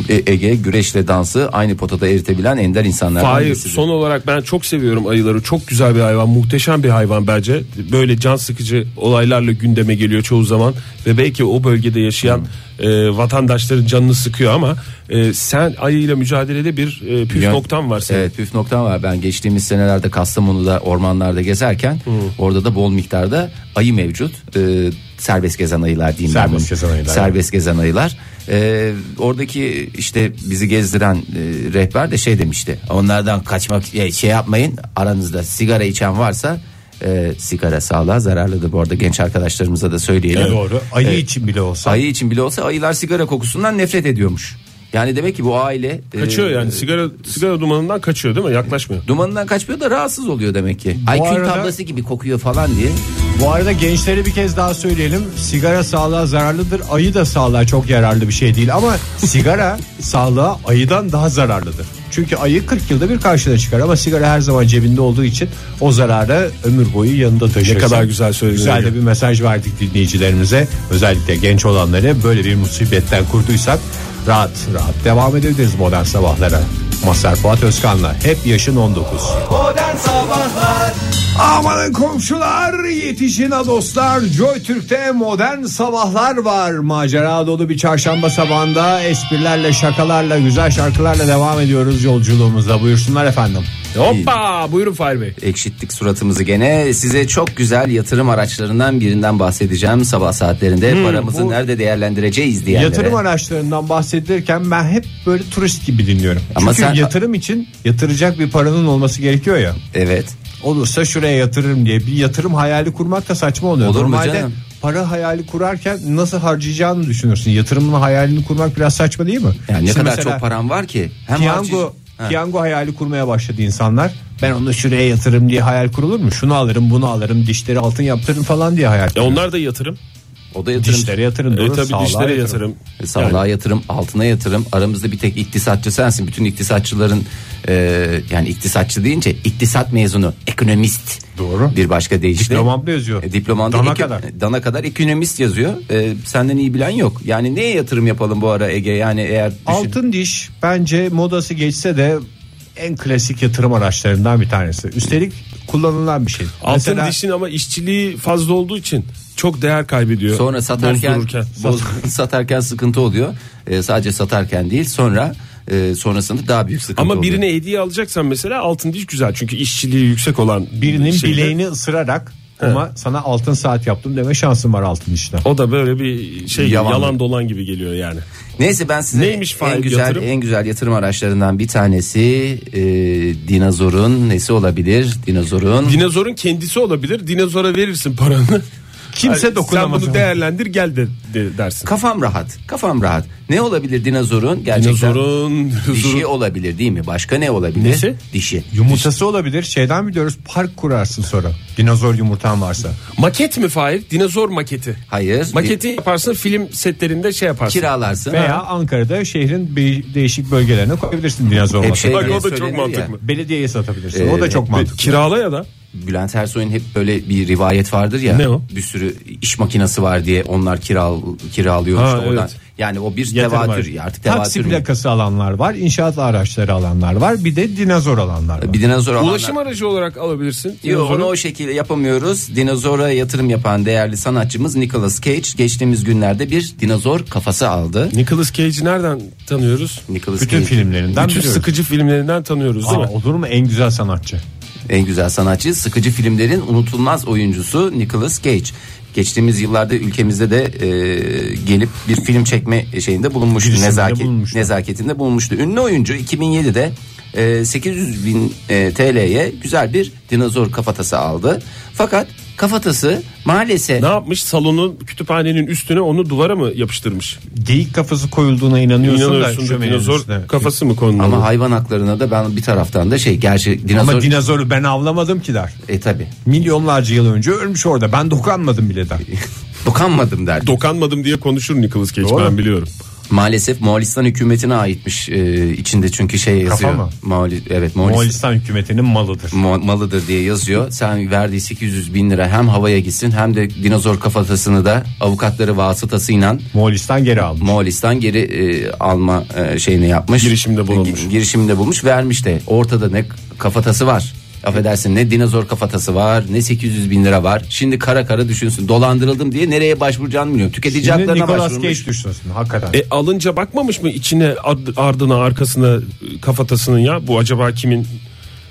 E- Ege güreşle dansı aynı potada eritebilen ender insanlardan
Hayır
birisidir.
son olarak ben çok seviyorum ayıları çok güzel bir hayvan muhteşem bir hayvan bence böyle can sıkıcı olaylarla gündeme geliyor çoğu zaman ve belki o bölgede yaşayan
Hmm.
e, vatandaşların canını sıkıyor ama e, sen ayıyla mücadelede bir e, püf
Yön-
noktan var senin.
Evet püf noktam var. Ben geçtiğimiz senelerde Kastamonu'da ormanlarda gezerken orada da bol miktarda ayı mevcut. Ee, serbest gezen ayılar diyeyim ben
Serbest
bunu.
gezen ayılar.
Serbest gezen ayılar. Ee, oradaki işte bizi gezdiren e, rehber de şey demişti. Onlardan kaçmak e, şey yapmayın. Aranızda sigara içen varsa e, sigara sağlığa zararlıdır. Bu arada genç arkadaşlarımıza da söyleyelim.
Doğru. Ayı için bile olsa.
Ayı için bile olsa ayılar sigara kokusundan nefret ediyormuş. Yani demek ki bu aile e,
Kaçıyor yani sigara sigara dumanından kaçıyor değil mi yaklaşmıyor.
Dumanından kaçmıyor da rahatsız oluyor demek ki. Ay kül
arada-
tablası gibi kokuyor falan diye.
Bu arada gençlere bir kez daha söyleyelim. Sigara sağlığa zararlıdır. Ayı da sağlığa çok yararlı bir şey değil ama sigara
(laughs)
sağlığa ayıdan daha zararlıdır. Çünkü ayı 40 yılda bir karşına çıkar ama sigara her zaman cebinde olduğu için o zararı ömür boyu yanında taşır.
Ne kadar güzel söyledin.
Güzel de bir mesaj verdik dinleyicilerimize. Özellikle genç olanları böyle bir musibetten kurduysak rahat rahat devam edebiliriz modern sabahlara. Masar Fuat Özkan'la hep yaşın 19.
Modern Sabahlar
Amanın komşular yetişin ha dostlar Joy Türk'te modern sabahlar var Macera dolu bir çarşamba sabahında Esprilerle şakalarla güzel şarkılarla devam ediyoruz yolculuğumuza Buyursunlar efendim
Hoppa buyurun Fahir Bey.
ekşittik suratımızı gene. Size çok güzel yatırım araçlarından birinden bahsedeceğim sabah saatlerinde. Paramızı nerede değerlendireceğiz diyenlere.
Hmm, Yatırım araçlarından bahsedilirken ben hep böyle turist gibi dinliyorum
Ama
Çünkü
sen-
yatırım için yatıracak bir paranın olması gerekiyor ya
Evet.
olursa şuraya yatırırım diye bir yatırım hayali kurmak da saçma oluyor.
Olur mu
Normalde
canım?
para hayali kurarken nasıl harcayacağını düşünürsün. Yatırımın hayalini kurmak biraz saçma değil mi?
Yani ne
İşte
kadar
mesela
çok param var ki. Hem
Piyango,
harcay- Ha.
piyango hayali kurmaya başladı insanlar. Ben onu şuraya yatırım diye hayal kurulur mu? Şunu alırım bunu alırım dişleri altın yaptırırım falan diye hayal
E
kurulur.
onlar da yatırım.
O da yatırım.
Dişlere yatırım
E
doğru.
tabii
sağlığa
dişlere yatırım.
E, Sağlığa yatırım, altına yatırım. Aramızda bir tek iktisatçı sensin. Bütün iktisatçıların e, yani iktisatçı deyince iktisat mezunu, ekonomist.
Doğru.
Bir başka deyişle.
Diplomamda yazıyor.
E, diplomanda
Dana
eko-
kadar.
Dana kadar ekonomist yazıyor. E, senden iyi bilen yok. Yani neye yatırım yapalım bu ara Ege? Yani eğer düşün-
Altın diş bence modası geçse de en klasik yatırım araçlarından bir tanesi. Üstelik kullanılan bir şey.
Altın
Mesela-
dişin ama işçiliği fazla olduğu için çok değer kaybediyor.
Sonra satarken
bozdururken.
(laughs) boz- satarken sıkıntı oluyor. Ee, sadece satarken değil sonra e, sonrasında daha büyük sıkıntı
Ama
oluyor.
birine hediye alacaksan mesela altın diş güzel. Çünkü işçiliği yüksek olan
Birinin
şeyde-
bileğini ısırarak ama sana altın saat yaptım deme şansın var altın işte.
O da böyle bir şey
Yalan.
yalan, dolan gibi geliyor yani.
Neyse ben size
Neymiş
en
Fahir
güzel
yatırım?
en güzel yatırım araçlarından bir tanesi e, dinozorun nesi olabilir? Dinozorun
Dinozorun kendisi olabilir. Dinozora verirsin paranı.
Kimse
Ay,
dokunamaz
Sen
ona.
bunu değerlendir gel de, de- dersin.
kafam rahat. Kafam rahat. Ne olabilir dinozorun? Gerçekten
Dinozorun
dişi
dinozorun-
olabilir değil mi? Başka ne olabilir?
Nesi?
Dişi.
Yumurtası olabilir. Şeyden biliyoruz park kurarsın sonra. Dinozor yumurtan varsa.
maket mi Fahir? Dinozor maketi.
Hayır.
Maketi yaparsın film setlerinde şey
bir-
yaparsın.
kiralarsın.
Veya Ankara'da şehrin be- değişik bölgelerine koyabilirsin dinozor
Hep
olarak.
şey
Bak
diye
o da
söylenir
çok
ya.
mantıklı.
Belediyeye satabilirsin.
Ee,
o da çok
ve-
mantıklı.
Kirala ya da.
Bülent Ersoy'un hep böyle bir rivayet vardır ya.
Ne o?
Bir sürü iş makinesi var diye onlar kiral kiralıyor
Ha,
işte oradan.
evet.
Yani o bir
Yatırım
tevatür
aracı.
artık
Taksi
tevatür. mü?
plakası alanlar var, inşaat araçları alanlar var, bir de dinozor alanlar var.
Bir dinozor alanlar.
Ulaşım aracı olarak alabilirsin.
Yok
Dinozorun-
onu o şekilde yapamıyoruz. Dinozora yatırım yapan değerli sanatçımız Nicolas Cage geçtiğimiz günlerde bir dinozor kafası aldı.
Nicolas Cage'i nereden tanıyoruz?
Nicolas
Bütün
Cage
filmlerinden
Bütün
biliyoruz.
sıkıcı filmlerinden tanıyoruz değil
Aa,
mi?
olur mu en güzel sanatçı?
en güzel sanatçı, sıkıcı filmlerin unutulmaz oyuncusu Nicolas Cage. Geçtiğimiz yıllarda ülkemizde de e, gelip bir film çekme şeyinde bulunmuştu.
Girişiminde
Nezaket,
bulunmuştu.
nezaketinde bulunmuştu. Ünlü oyuncu 2007'de e, 800 bin e, TL'ye güzel bir dinozor kafatası aldı. Fakat kafatası maalesef
Ne yapmış? Salonun kütüphanenin üstüne onu duvara mı yapıştırmış?
Geyik kafası koyulduğuna inanıyorsun, da,
İnanıyorsun da
şöminenin
dinozor
üstüne.
kafası mı konulmuş?
ama hayvan haklarına da ben bir taraftan da şey gerçi dinozor
Ama dinozoru ben avlamadım ki der.
e tabi
Milyonlarca yıl önce ölmüş orada. Ben dokunmadım bile der.
dokanmadım der.
Dokanmadım diye konuşur Nicolas Cage
Doğru.
ben biliyorum.
Maalesef Moğolistan hükümetine aitmiş e, içinde çünkü şey yazıyor.
mı?
Moğoli- evet Moğolistan.
Moğolistan hükümetinin malıdır.
Ma- malıdır diye yazıyor. Sen verdiği 800 bin lira hem havaya gitsin hem de dinozor kafatasını da avukatları vasıtasıyla
Moğolistan geri almış.
Moğolistan geri e, alma e, şeyini yapmış.
Girişimde bulunmuş.
Gi- girişimde bulmuş vermiş de ortada ne kafatası var. Affedersin ne dinozor kafatası var ne 800 bin lira var. Şimdi kara kara düşünsün dolandırıldım diye nereye başvuracağını bilmiyorum. Tüketici
Şimdi
haklarına
Nicolas Cage
başvurmuş.
düşünsün hakikaten.
E alınca bakmamış mı içine ad- ardına arkasına e, kafatasının ya bu acaba kimin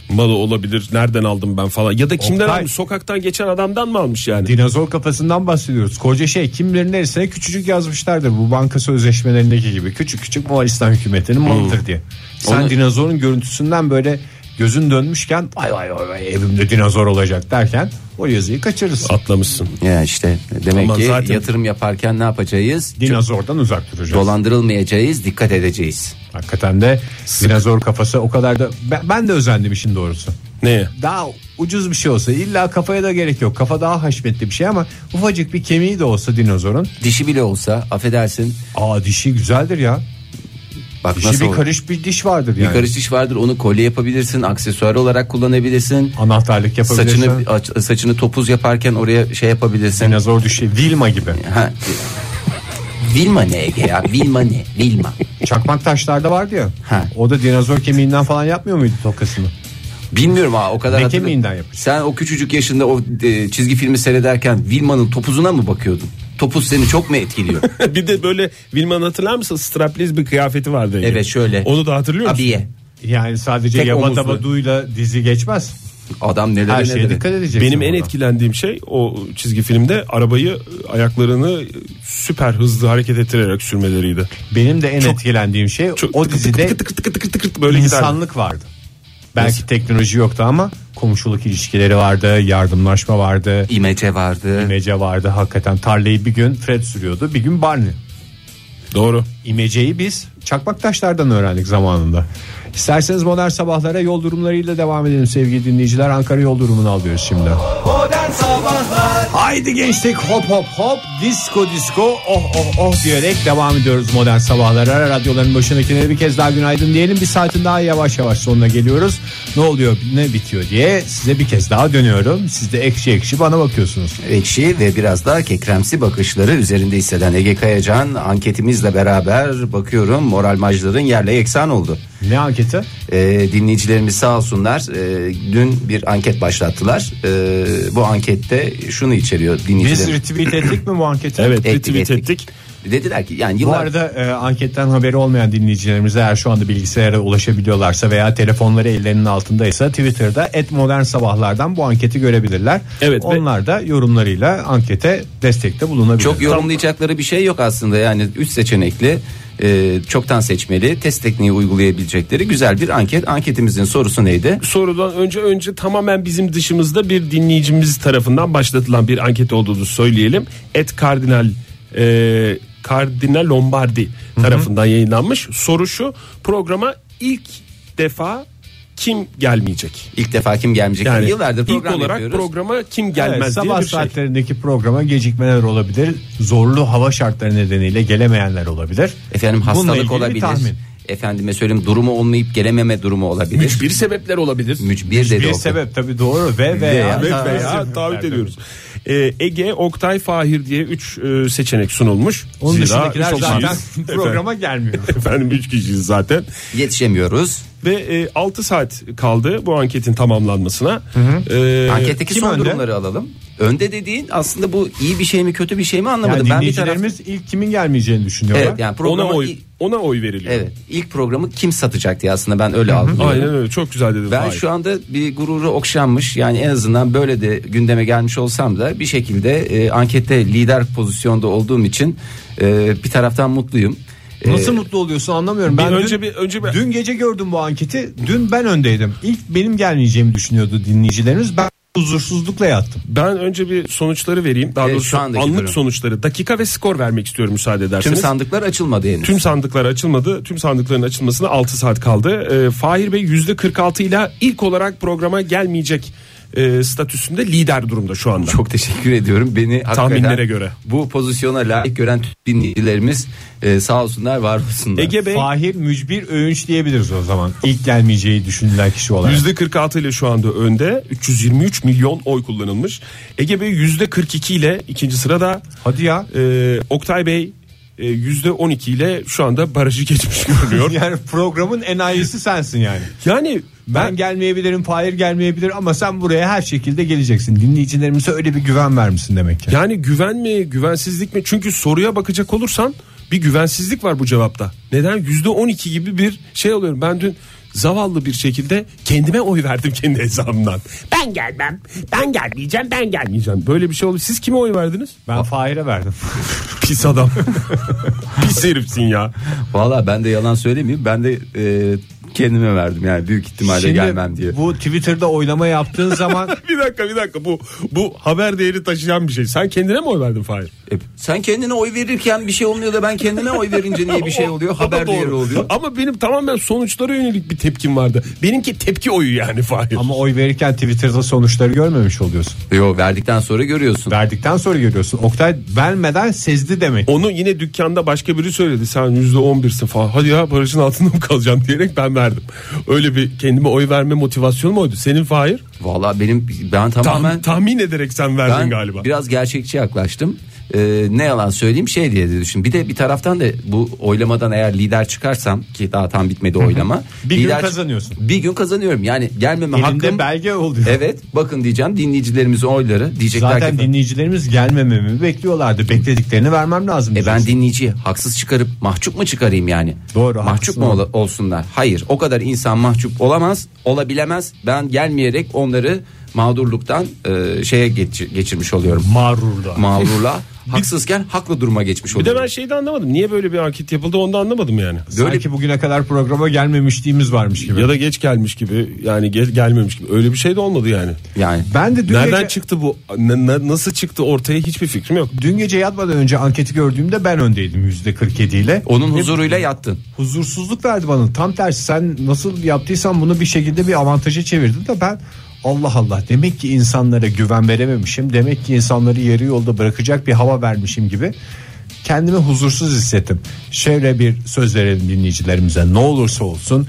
malı olabilir nereden aldım ben falan ya da kimden
Oktay.
almış sokaktan geçen adamdan mı almış yani
Dinozor kafasından bahsediyoruz. Koca şey kimlerin neresine küçücük yazmışlardır. Bu banka sözleşmelerindeki gibi. Küçük küçük Moğolistan hükümetinin malıdır diye. Sen
Onu-
dinozorun görüntüsünden böyle gözün dönmüşken vay vay vay, vay evimde dinozor olacak derken o yazıyı kaçırırsın.
atlamışsın
Ya işte demek
Ama
ki
zaten-
yatırım yaparken ne yapacağız?
Dinozordan uzak duracağız.
Dolandırılmayacağız dikkat edeceğiz.
Hakikaten de dinozor kafası o kadar da ben, ben de özendim işin doğrusu.
neye (laughs)
Daha ucuz bir şey olsa illa kafaya da gerek yok. Kafa daha haşmetli bir şey ama ufacık bir kemiği de olsa dinozorun.
Dişi bile olsa affedersin
Aa dişi güzeldir ya.
Bak
Dişi
nasıl
bir karış bir diş vardır
Bir
yani.
karış diş vardır onu kolye yapabilirsin aksesuar olarak kullanabilirsin
Anahtarlık yapabilirsin.
saçını aç- saçını topuz yaparken oraya şey yapabilirsin
Dinozor dişi Vilma gibi.
ha. Vilma ne Ege ya Vilma ne Vilma
Çakmak taşlarda vardı ya.
Ha.
O da dinozor kemiğinden falan yapmıyor muydu tokasını?
Bilmiyorum ha o kadar
Leke
hatırlı-
miyinden yapmış.
Sen o küçücük yaşında o e, çizgi filmi seyrederken Vilma'nın topuzuna mı bakıyordun? Topuz seni çok
(laughs)
mu etkiliyor?
bir de böyle Vilma'nın hatırlar mısın? Strapliz bir kıyafeti vardı. Ege.
Evet, şöyle.
Onu da hatırlıyor musun?
Abiye.
Yani sadece
Tek
yaba
omuzlu.
tabaduyla dizi geçmez.
Adam neler
Her
neler.
şeye dikkat edeceksin.
Benim en
orada.
etkilendiğim şey o çizgi filmde arabayı e, ayaklarını süper hızlı hareket ettirerek sürmeleriydi.
Benim de en etkilendiğim şey
Çok
o
tıkır tıkır
dizide
tıkır tıkır tıkır tıkır tıkır böyle giderdi.
insanlık vardı. Belki teknoloji yoktu ama komşuluk ilişkileri vardı, yardımlaşma vardı,
İmece vardı.
imece vardı. Hakikaten tarlayı bir gün Fred sürüyordu, bir gün Barney.
Doğru.
İmeceyi biz çakmak taşlardan öğrendik zamanında. İsterseniz modern sabahlara yol durumlarıyla devam edelim sevgili dinleyiciler. Ankara yol durumunu alıyoruz şimdi.
Modern Sabahlar
Haydi gençlik hop hop hop disco disco oh oh oh diyerek devam ediyoruz modern sabahlara. Radyoların başındakilere bir kez daha günaydın diyelim. Bir saatin daha yavaş yavaş sonuna geliyoruz. Ne oluyor ne bitiyor diye size bir kez daha dönüyorum. Siz de ekşi ekşi bana bakıyorsunuz.
Ekşi ve biraz da kekremsi bakışları üzerinde hisseden Ege Kayacan anketimizle beraber bakıyorum moral majların yerle yeksan oldu.
Ne anketi?
Ee, dinleyicilerimiz sağ olsunlar ee, dün bir anket başlattılar. Ee, bu ankette şunu içeriyor
Biz
dinleyiciler.
retweet ettik mi bu anketi?
Evet
Ettik,
retweet
ettik.
ettik.
Dediler ki yani
Bu
yıllar
arada e, anketten haberi olmayan dinleyicilerimiz eğer şu anda bilgisayara ulaşabiliyorlarsa veya telefonları ellerinin altındaysa Twitter'da et modern sabahlardan bu anketi görebilirler.
Evet, ve-
Onlar da yorumlarıyla ankete destekte bulunabilir.
Çok yorumlayacakları bir şey yok aslında yani üç seçenekli e, çoktan seçmeli test tekniği uygulayabilecekleri güzel bir anket. Anketimizin sorusu neydi?
sorudan önce önce tamamen bizim dışımızda bir dinleyicimiz tarafından başlatılan bir anket olduğunu söyleyelim. Et Kardinal e, Kardinal Lombardi tarafından yayınlanmış. Soru şu programa ilk defa kim gelmeyecek?
İlk defa kim gelmeyecek?
Yani
Yıllardır program
ilk olarak
yapıyoruz.
programa kim
Evet,
gelmez diye
sabah
bir şey.
saatlerindeki programa gecikmeler olabilir. Zorlu hava şartları nedeniyle gelemeyenler olabilir.
Efendim
Bununla ilgili
hastalık
bir
olabilir.
tahmin.
Efendime söyleyeyim durumu olmayıp gelememe durumu olabilir.
Mücbir sebepler olabilir.
Mücbir dedi
Bir
o.
sebep tabii doğru ve
Veya-
veya,
Ve veya taahhüt ediyoruz. E, Ege, Oktay, Fahir diye 3 seçenek sunulmuş.
Onun
Zira
dışındakiler
çok
zaten
iyiyiz.
(laughs)
(laughs)
programa gelmiyor.
Efendim 3 kişiyiz zaten.
Yetişemiyoruz.
Ve e, 6 saat kaldı bu anketin tamamlanmasına. E,
Anketteki
Ee, kim
son
önde?
durumları alalım. Önde dediğin aslında bu iyi bir şey mi kötü bir şey mi anlamadım.
Yani
ben bir taraf...
dinleyicilerimiz ilk kimin gelmeyeceğini düşünüyorlar.
Evet yani
ona
programa
oy
ilk-
ona oy veriliyor.
Evet ilk programı kim satacak diye aslında ben öyle algılıyorum.
Aynen öyle çok güzel dedin.
Ben
Fahir.
şu anda bir gururu okşanmış yani en azından böyle de gündeme gelmiş olsam da bir şekilde e, ankette lider pozisyonda olduğum için e, bir taraftan mutluyum. E,
Nasıl mutlu oluyorsun anlamıyorum. Ben
önce
dün,
Ee, bir- önce bir-
dün gece gördüm bu anketi. Dün ben öndeydim. İlk benim gelmeyeceğimi düşünüyordu dinleyicilerimiz. Ben huzursuzlukla yattım.
ben önce bir sonuçları vereyim. Daha
Evet,
doğrusu
şu andaki
anlık
durum.
sonuçları, dakika ve skor vermek istiyorum müsaade
tüm
ederseniz.
sandıklar açılmadı henüz.
Tüm sandıklar açılmadı. Tüm sandıkların açılmasına 6 saat kaldı. E, Fahir Bey %46 ile ilk olarak programa gelmeyecek e, statüsünde lider durumda şu anda.
Çok teşekkür ediyorum. Beni hakikaten
Tahminlere göre.
Bu pozisyona layık gören tüm dinleyicilerimiz e, sağ olsunlar, var olsunlar.
Ege Bey
Fahir mücbir övünç diyebiliriz o zaman. İlk gelmeyeceği düşünülen kişi olarak.
%46 ile şu anda önde. 323 milyon oy kullanılmış. Ege Bey %42 ile ikinci sırada.
Hadi ya.
Ee, Oktay Bey e, %12 ile şu anda barajı geçmiş (laughs)
(laughs)
görünüyor.
Yani programın enayisi sensin yani.
yani
Ben gelmeyebilirim, Fahir gelmeyebilir ama sen buraya her şekilde geleceksin. Dinleyicilerimize öyle bir güven vermişsin demek ki.
yani güven mi güvensizlik mi? Çünkü soruya bakacak olursan bir güvensizlik var bu cevapta. Neden? %12 gibi bir şey alıyorum. Ben dün zavallı bir şekilde kendime oy verdim kendi hesabımdan. Ben gelmem. Ben gelmeyeceğim. Ben gelmeyeceğim. Böyle bir şey olur. Siz kime oy verdiniz?
Ben Fahir'e verdim.
Pis adam. (laughs) Pis herifsin ya.
Valla ben de yalan söylemeyeyim. Ben de e, kendime verdim yani büyük ihtimalle
Şimdi
gelmem diye.
Bu Twitter'da oylama yaptığın zaman
(laughs)
Bir dakika bir dakika bu bu haber değeri taşıyan bir şey. Sen kendine mi oy verdin Fahir?
E, sen kendine oy verirken bir şey olmuyor da ben kendime oy verince niye bir (laughs) şey oluyor?
O- o da
Haber
doğru.
değeri oluyor.
Ama benim tamamen sonuçlara yönelik bir tepkim vardı. Benimki tepki oyu yani Fahir.
ama oy verirken Twitter'da sonuçları görmemiş oluyorsun.
Yo verdikten sonra görüyorsun.
Verdikten sonra görüyorsun. Oktay vermeden sezdi demek.
Onu yine dükkanda başka biri söyledi. Sen yüzde on birsin falan. Hadi ya barajın altında mı kalacağım diyerek ben verdim. Öyle bir kendime oy verme motivasyonum oydu. Senin Fahir
Valla benim ben
Tam-
tamamen
tahmin ederek sen verdin
ben
galiba.
biraz gerçekçi yaklaştım. e, ne yalan söyleyeyim şey diye de düşün. Bir de bir taraftan da bu oylamadan eğer lider çıkarsam ki daha tam bitmedi oylama.
Bir gün
lider-
kazanıyorsun.
Bir gün kazanıyorum. Yani gelmeme
Elinde
hakkım.
belge oluyor.
Evet bakın diyeceğim dinleyicilerimizin oyları diyecekler
Zaten
ki.
dinleyicilerimiz gelmememi bekliyorlardı. Beklediklerini vermem lazım.
E ben
diyeceksin.
dinleyiciye haksız çıkarıp mahcup mu çıkarayım yani?
Doğru,
Mahcup
haklısın.
mu ola- olsunlar? Hayır. O kadar insan mahcup olamaz, olabilemez. Ben gelmeyerek onları mağdurluktan e, şeye geç- geçirmiş oluyorum.
Mağrurda.
Mağrurla haksızken haklı duruma geçmiş
Bir de
oluyorum.
ben şeyde anlamadım. Niye böyle bir anket yapıldı onu da anlamadım yani.
Sanki bugüne kadar programa gelmemişliğimiz varmış gibi.
Ya da geç gelmiş gibi yani gel gelmemiş gibi öyle bir şey de olmadı yani.
Yani
ben de dün
Nereden
gece,
çıktı bu? Na- na- nasıl çıktı ortaya hiçbir fikrim yok.
dün gece yatmadan önce anketi gördüğümde ben öndeydim yüzde 47 ile.
onun huzuruyla yattın.
huzursuzluk verdi bana. Tam tersi sen nasıl yaptıysan bunu bir şekilde bir avantaja çevirdin de ben Allah Allah demek ki insanlara güven verememişim. Demek ki insanları yarı yolda bırakacak bir hava vermişim gibi. Kendimi huzursuz hissettim. Şöyle bir söz verelim dinleyicilerimize. Ne olursa olsun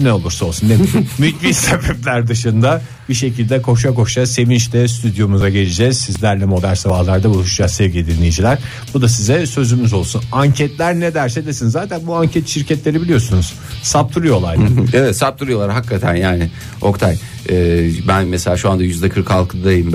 ne olursa olsun
(laughs)
değil mi? Müthiş sebepler dışında bir şekilde koşa koşa sevinçle stüdyomuza geleceğiz. Sizlerle modern sabahlarda buluşacağız sevgili dinleyiciler. Bu da size sözümüz olsun. Anketler ne derse desin. Zaten bu anket şirketleri biliyorsunuz saptırıyor olayları.
Evet saptırıyorlar hakikaten yani Oktay e, ben mesela şu anda yüzde kırk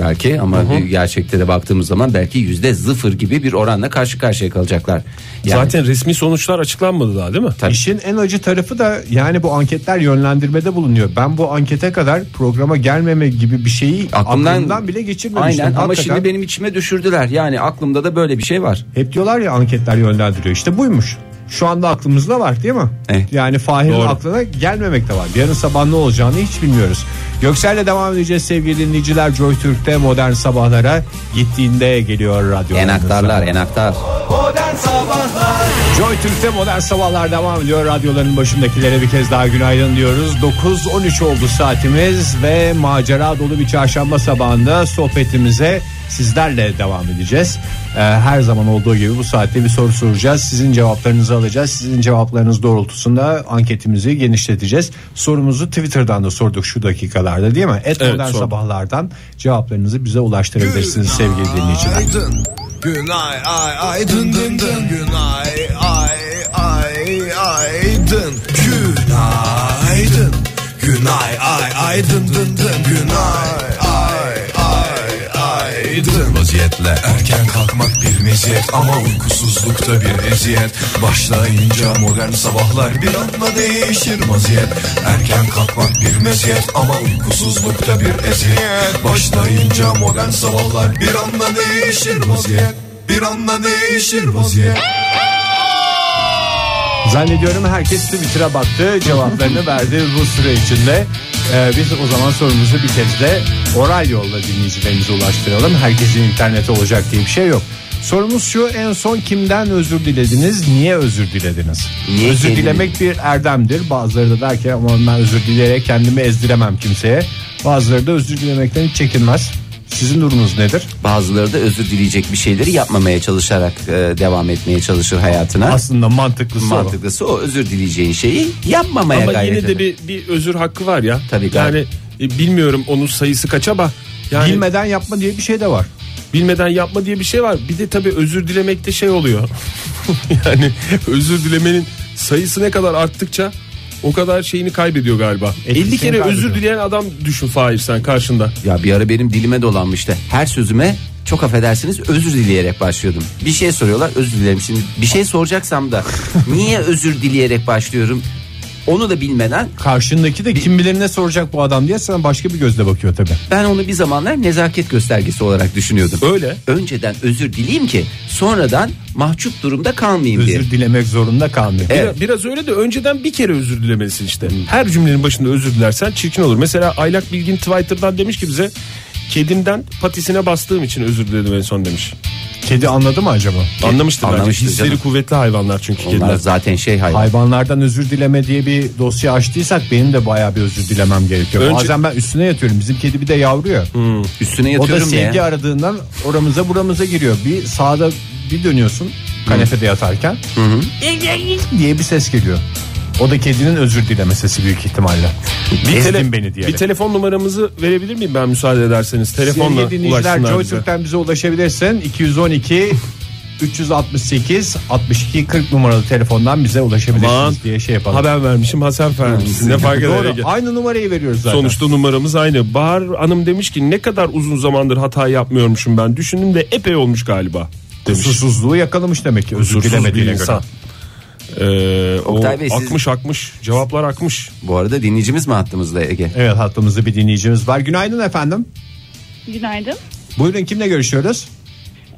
belki ama gerçekte de baktığımız zaman belki yüzde sıfır gibi bir oranla karşı karşıya kalacaklar. Yani,
Zaten resmi sonuçlar açıklanmadı daha değil mi?
Tabii.
İşin en acı tarafı da yani bu anketler yönlendirmede bulunuyor. Ben bu ankete kadar programa gelmeme gibi bir şeyi aklımdan, bile geçirmemiştim.
Aynen ama
Hakikaten
şimdi benim içime düşürdüler. Yani aklımda da böyle bir şey var.
Hep diyorlar ya anketler yönlendiriyor. İşte buymuş. Şu anda aklımızda var değil mi?
Evet.
Yani Fahir'in
Doğru.
aklına gelmemek de var. Yarın sabah ne olacağını hiç bilmiyoruz. Göksel'le devam edeceğiz sevgili dinleyiciler. Joy Türk'te modern sabahlara gittiğinde geliyor radyo.
Enaktarlar, enaktar.
Modern Sabahlar
Joy Türk'te modern sabahlar devam ediyor. Radyoların başındakilere bir kez daha günaydın diyoruz. 9.13 oldu saatimiz ve macera dolu bir çarşamba sabahında sohbetimize sizlerle devam edeceğiz. Ee, her zaman olduğu gibi bu saatte bir soru soracağız. Sizin cevaplarınızı alacağız. Sizin cevaplarınız doğrultusunda anketimizi genişleteceğiz. Sorumuzu Twitter'dan da sorduk şu dakikalarda değil mi? Et
Evet,
modern
sorduk.
sabahlardan cevaplarınızı bize ulaştırabilirsiniz sevgili dinleyiciler.
Aydın Günay ay ay dın dın dın Günay ay ay ay dın Günaydın Günay ay ay dın dın dın Günay ay ay ay dın Vaziyetle erken kalkmak bir meziyet Ama uykusuzlukta bir eziyet Başlayınca modern sabahlar bir anda değişir vaziyet Erken kalkmak bir meziyet ama uykusuzlukta bir eziyet Başlayınca modern sabahlar bir anda değişir vaziyet Bir anda değişir vaziyet
Zannediyorum herkes Twitter'a baktı cevaplarını verdi bu süre içinde. Ee, biz o zaman sorumuzu bir kez de oral yolla dinleyicilerimize ulaştıralım. Herkesin interneti olacak diye bir şey yok. Sorumuz şu en son kimden özür dilediniz? Niye özür dilediniz?
Niye
özür
kendini-
dilemek bir erdemdir. Bazıları da der ki ama ben özür dileyerek kendimi ezdiremem kimseye. Bazıları da özür dilemekten hiç çekinmez. Sizin durumunuz nedir?
Bazıları da özür dileyecek bir şeyleri yapmamaya çalışarak e, devam etmeye çalışır hayatına.
Aslında mantıklısı o.
Mantıklısı o özür dileyeceğin şeyi yapmamaya
Ama
gayret
yine de
eder.
bir, bir özür hakkı var ya.
Tabii ki.
Yani e, bilmiyorum onun sayısı kaç ama yani
Bilmeden yapma diye bir şey de var.
bilmeden yapma diye bir şey var. Bir de tabii özür dilemek de şey oluyor. (laughs) yani özür dilemenin sayısı ne kadar arttıkça o kadar şeyini kaybediyor galiba.
Etkisini
50 kere
kaybediyor.
özür dileyen adam düşün Fahir sen karşında.
Ya bir ara benim dilime dolanmıştı. Her sözüme çok affedersiniz özür dileyerek başlıyordum. Bir şey soruyorlar özür dilerim. Şimdi bir şey soracaksam
(laughs)
da niye özür dileyerek başlıyorum onu da bilmeden
Karşındaki de kim bilir ne soracak bu adam diye sana başka bir gözle bakıyor tabi.
ben onu bir zamanlar nezaket göstergesi olarak düşünüyordum.
Öyle.
Önceden özür dileyim ki sonradan mahcup durumda kalmayayım diye.
Özür dilemek zorunda kalmıyor.
Bira-
Evet. Hmm.
Biraz öyle de önceden bir kere özür dilemelisin işte. Her cümlenin başında özür dilersen çirkin olur. Mesela Aylak Bilgin Twitter'dan demiş ki bize kedimden patisine bastığım için özür diledim en son demiş.
Kedi anladı mı acaba?
Anlamıştır bence.
E, Anlamıştır
Hisleri
canım.
kuvvetli hayvanlar çünkü
Onlar
kediler.
zaten şey hayvan.
Hayvanlardan özür dileme diye bir dosya açtıysak benim de bayağı bir özür dilemem gerekiyor.
Önce-
Bazen ben üstüne yatıyorum. Bizim kedi bir de yavru ya.
Üstüne
O da
yatıyorum diye.
sevgi aradığından oramıza buramıza giriyor. Bir sağda bir dönüyorsun kanepede yatarken. diye bir ses geliyor.
O da kedinin özür dileme sesi büyük ihtimalle. Bir
Tele-
Ezdin beni diye.
Bir telefon numaramızı verebilir miyim ben müsaade ederseniz? Telefonla
Sevgili dinleyiciler
ulaşsınlar bize.
Joytürk'ten bize ulaşabilirsin. 212 368 62 40 numaralı telefondan bize ulaşabilirsiniz
Aman,
diye şey yapalım.
Haber vermişim Hasan Fermiş'in ne fark eder Ege?
Doğru. Aynı numarayı veriyoruz zaten.
Sonuçta numaramız aynı. Bahar Hanım demiş ki ne kadar uzun zamandır hata yapmıyormuşum ben. Düşündüm de epey olmuş galiba. Demiş.
Huzursuzluğu yakalamış demek ki özür
Huzursuz bir
dilemediğine göre.
insan. Ee, o
Oktay Bey, siz-
akmış akmış. Cevaplar akmış.
Bu arada dinleyicimiz mi hattımızda Ege?
Evet hattımızda bir dinleyicimiz var. Günaydın efendim.
Günaydın.
Buyurun kimle görüşüyoruz?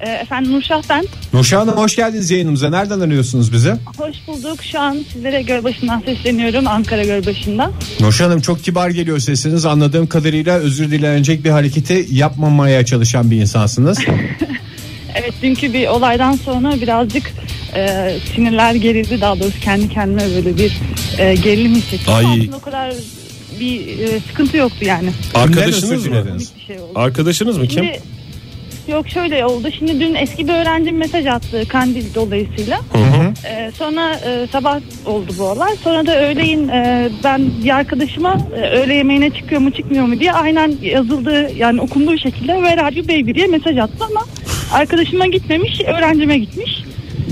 Ee, efendim Nurşah ben.
Nurşah Hanım hoş geldiniz yayınımıza. Nereden arıyorsunuz bizi?
Hoş bulduk. Şu an sizlere Gölbaşı'ndan sesleniyorum. Ankara Gölbaşı'ndan.
Nurşah Hanım çok kibar geliyor sesiniz. Anladığım kadarıyla özür dilenecek bir hareketi yapmamaya çalışan bir insansınız.
Evet dünkü bir olaydan sonra birazcık e, sinirler gerildi. Daha doğrusu kendi kendime böyle bir e, gerilim hissettim.
Ay.
Aslında o kadar bir e, sıkıntı yoktu yani.
Kimden
Arkadaşınız
özür
mı?
dilediniz?
Bir şey oldu.
Arkadaşınız mı kim?
Şimdi- Yok şöyle oldu. Şimdi dün eski bir öğrencim mesaj attı kandil dolayısıyla. Ee, sonra e, sabah oldu bu olay. Sonra da öğleyin e, ben bir arkadaşıma e, öğle yemeğine çıkıyor mu çıkmıyor mu diye aynen yazıldığı yani okunduğu şekilde Where are you baby diye mesaj attı ama arkadaşıma gitmemiş öğrencime gitmiş. (laughs)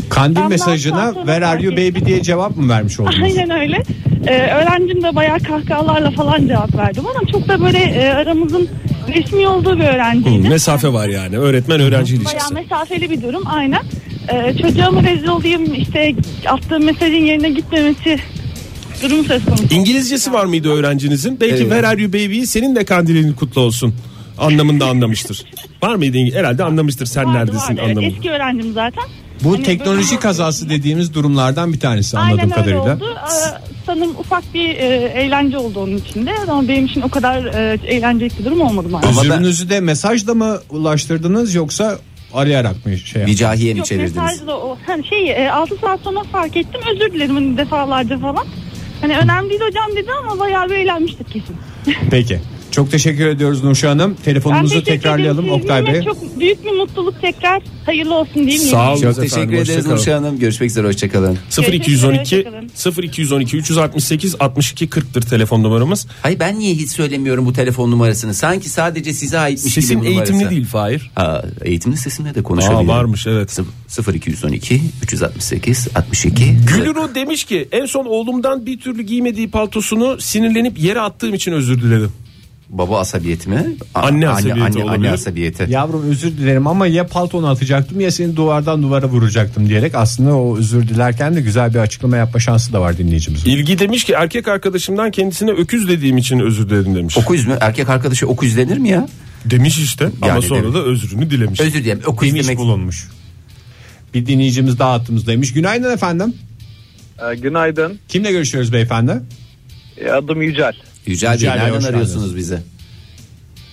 Kandil
Ben
mesajına
Mars'tan sonra
where are you
fark ettim.
baby diye cevap mı vermiş oldunuz?
Aynen öyle. Ee, öğrencim de bayağı kahkahalarla falan cevap verdi bana. Çok da böyle e, aramızın resmi olduğu bir öğrenciydi.
Mesafe var yani. Hani Öğretmen öğrenci
Bayağı
ilişkisi.
mesafeli bir durum aynen. Ee, çocuğa mı rezil olayım işte attığım mesajın yerine gitmemesi durum söz konusu.
İngilizcesi var mıydı öğrencinizin? Belki Where Are You Baby'yi senin de kandilinin kutlu olsun anlamında anlamıştır. var mıydı? İngi- Herhalde anlamıştır sen
Vardı,
neredesin
vardı. Evet,
anlamında.
eski öğrencim zaten.
Bu
Hani
teknoloji
böyle-
kazası dediğimiz durumlardan bir tanesi anladığım
Aynen öyle
kadarıyla.
oldu. Ee, sanırım ufak bir e, eğlence oldu onun içinde ama benim için o kadar e, eğlencelik bir durum olmadı maalesef.
Özürünüzü de mesajla mı ulaştırdınız yoksa arayarak mı şey
Bir cahiye mi
Yok
çevirdiniz?
mesajla o. Hani şey e, 6 saat sonra fark ettim özür dilerim hani defalarca falan. Hani önemli değil hocam dedi ama bayağı bir eğlenmiştik kesin.
Peki. Çok teşekkür ediyoruz Nurşah Hanım. Telefonumuzu
teşekkür
tekrarlayalım
ederim.
Oktay Bey.
Sizinle Çok büyük bir mutluluk tekrar. Hayırlı olsun diyeyim. mi?
Sağ olun
Çok teşekkür ederiz Nurşah
Hoşçakalın.
Hanım. Görüşmek üzere hoşçakalın.
0212
Görüşmek
0212 368 62 40'tır telefon numaramız.
Hayır ben niye hiç söylemiyorum bu telefon numarasını? Sanki sadece size aitmiş
Sesin
gibi bu numarası.
eğitimli değil Fahir.
Ha, eğitimli sesimle de
Aa,
konuşabilirim.
varmış evet.
0212 368 62
Gülüro demiş ki en son oğlumdan bir türlü giymediği paltosunu sinirlenip yere attığım için özür diledim.
Baba asabiyeti mi? A-
Anne asabiyeti
Anne, anne,
olabilir.
asabiyeti.
Yavrum özür dilerim ama ya paltonu atacaktım ya seni duvardan duvara vuracaktım diyerek aslında o özür dilerken de güzel bir açıklama yapma şansı da var dinleyicimizin.
İlgi demiş ki erkek arkadaşımdan kendisine öküz dediğim için özür diledim demiş.
Okuz mu? Erkek arkadaşı okuz denir mi ya?
demiş işte ama
Yani
sonra
demek-
da özrünü dilemiş.
Özür dilerim. Okuz
Demiş
demek.
bulunmuş. Bir dinleyicimiz daha hattımızdaymış. Günaydın efendim.
Ee, Günaydın.
Kimle görüşüyoruz beyefendi?
Ee, Adım Yücel.
Yücel Bey
Yücel Bey,
nereden
hoş
arıyorsunuz bizi?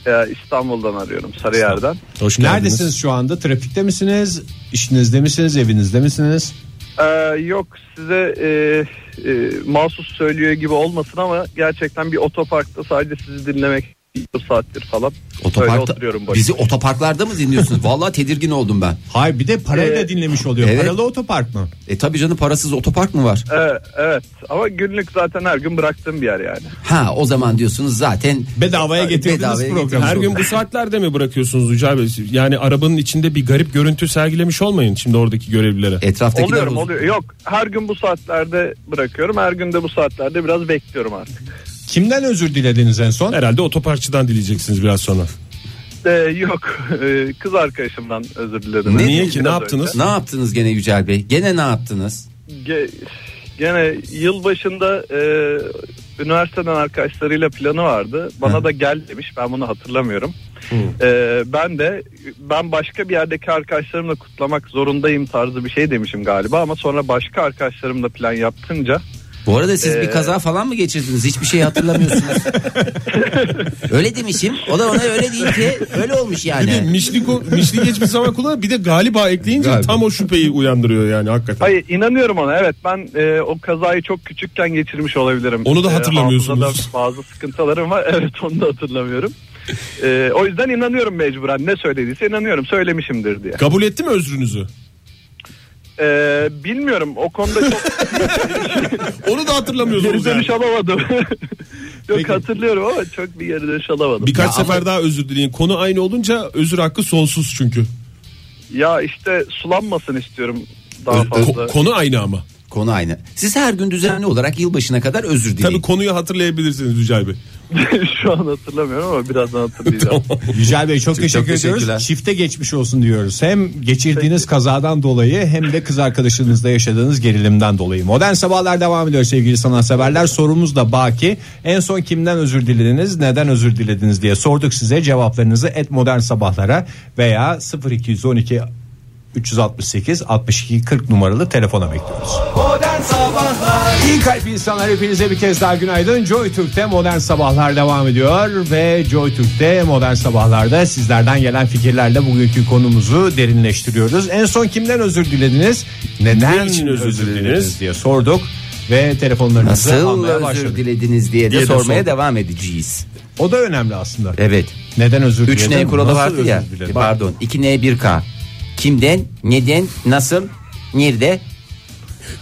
Ee, İstanbul'dan arıyorum Sarıyer'den.
Hoş geldiniz.
Neredesiniz şu anda? Trafikte misiniz? İşinizde misiniz? Evinizde misiniz?
Ee, yok size e, e, mahsus söylüyor gibi olmasın ama gerçekten bir otoparkta sadece sizi dinlemek bir saattir falan. Öyle oturuyorum boş.
bizi otoparklarda mı
(laughs)
dinliyorsunuz? Vallahi tedirgin oldum ben.
Hayır bir de parayla
Ee,
dinlemiş oluyor.
evet.
Paralı otopark mı?
E tabii canım parasız otopark mı var?
Evet, Ee, evet ama günlük zaten her gün bıraktığım bir yer yani.
Ha o zaman diyorsunuz zaten
Bedavaya getirdiniz
Bedavaya
programı.
getirdim.
Her gün bu saatlerde mi bırakıyorsunuz Yücel Bey? Yani arabanın içinde bir garip görüntü sergilemiş olmayın şimdi oradaki görevlilere.
etraftakiler
Oluyorum
uz-
oluyor. Yok her gün bu saatlerde bırakıyorum. Her gün de bu saatlerde biraz bekliyorum artık.
Kimden özür dilediniz en son?
Herhalde otoparkçıdan dileyeceksiniz biraz sonra.
Ee, yok (laughs) Ee, kız arkadaşımdan özür diledim.
Ne-
Niye ki ne
Biraz
yaptınız?
Ne yaptınız gene Yücel Bey? Gene ne yaptınız?
Ge- gene yıl başında e, üniversiteden arkadaşlarıyla planı vardı. Bana da gel demiş. Ben bunu hatırlamıyorum. E, ben de ben başka bir yerdeki arkadaşlarımla kutlamak zorundayım tarzı bir şey demişim galiba ama sonra başka arkadaşlarımla plan yaptınca
Bu arada siz bir
Ee,
kaza falan mı geçirdiniz? Hiçbir şey
(laughs)
hatırlamıyorsunuz. öyle demişim. O da ona öyle değil ki. Öyle olmuş
Bir
yani.
mişlik,
(laughs)
mişlik hiçbir zaman kullan bir de galiba ekleyince
Galiba.
tam o şüpheyi uyandırıyor yani hakikaten.
hayır inanıyorum ona evet ben e, o kazayı çok küçükken geçirmiş olabilirim.
Onu da
E,
hatırlamıyorsunuz.
hafızada bazı sıkıntılarım var (laughs) evet onu da hatırlamıyorum. E, o yüzden inanıyorum mecburen ne söylediyse inanıyorum söylemişimdir diye.
Kabul etti mi özrünüzü?
Ee, Ee, bilmiyorum o konuda
(laughs)
çok
Onu da hatırlamıyorsunuz
geri
yani.
dönüş alamadım. (laughs) Yok hatırlıyorum ama çok bir geri dönüş alamadım.
Birkaç sefer daha özür dileyin. Konu aynı olunca özür hakkı sonsuz çünkü.
Ya işte sulanmasın istiyorum daha
Ko-
fazla.
konu aynı ama.
Konu aynı. Siz her gün düzenli olarak yılbaşına kadar özür dileyin.
Tabii konuyu hatırlayabilirsiniz Yücel Bey.
(laughs) Şu an hatırlamıyorum ama
(laughs)
birazdan hatırlayacağım.
Yücel Bey çok, teşekkür
teşekkürler.
ediyoruz. Çifte geçmiş olsun diyoruz. Hem geçirdiğiniz kazadan dolayı hem de kız arkadaşınızla yaşadığınız gerilimden dolayı. Modern Sabahlar devam ediyor sevgili sanatseverler. Sorumuz da baki. En son kimden özür dilediniz, neden özür dilediniz diye sorduk size. Cevaplarınızı et modern sabahlara veya 0212 368 62 40 numaralı telefona bekliyoruz. İyi kalp insanlar hepinize bir kez daha günaydın. Joy Türk'te Modern Sabahlar devam ediyor ve Joy Türk'te Modern Sabahlar'da sizlerden gelen fikirlerle bugünkü konumuzu derinleştiriyoruz. En son kimden özür dilediniz? Neden
Ne için özür dilediniz?
diye sorduk ve telefonlarınızı
Nasıl
almaya
özür
başladık.
dilediniz diye de
Diye de
sormaya
sor.
devam edeceğiz.
O da önemli aslında.
Evet.
Neden özür diledin?
3N kuralı
Nasıl
vardı
özür
ya.
diledin? Bak,
Pardon. 2N 1K. Kimden, neden, nasıl, nerede?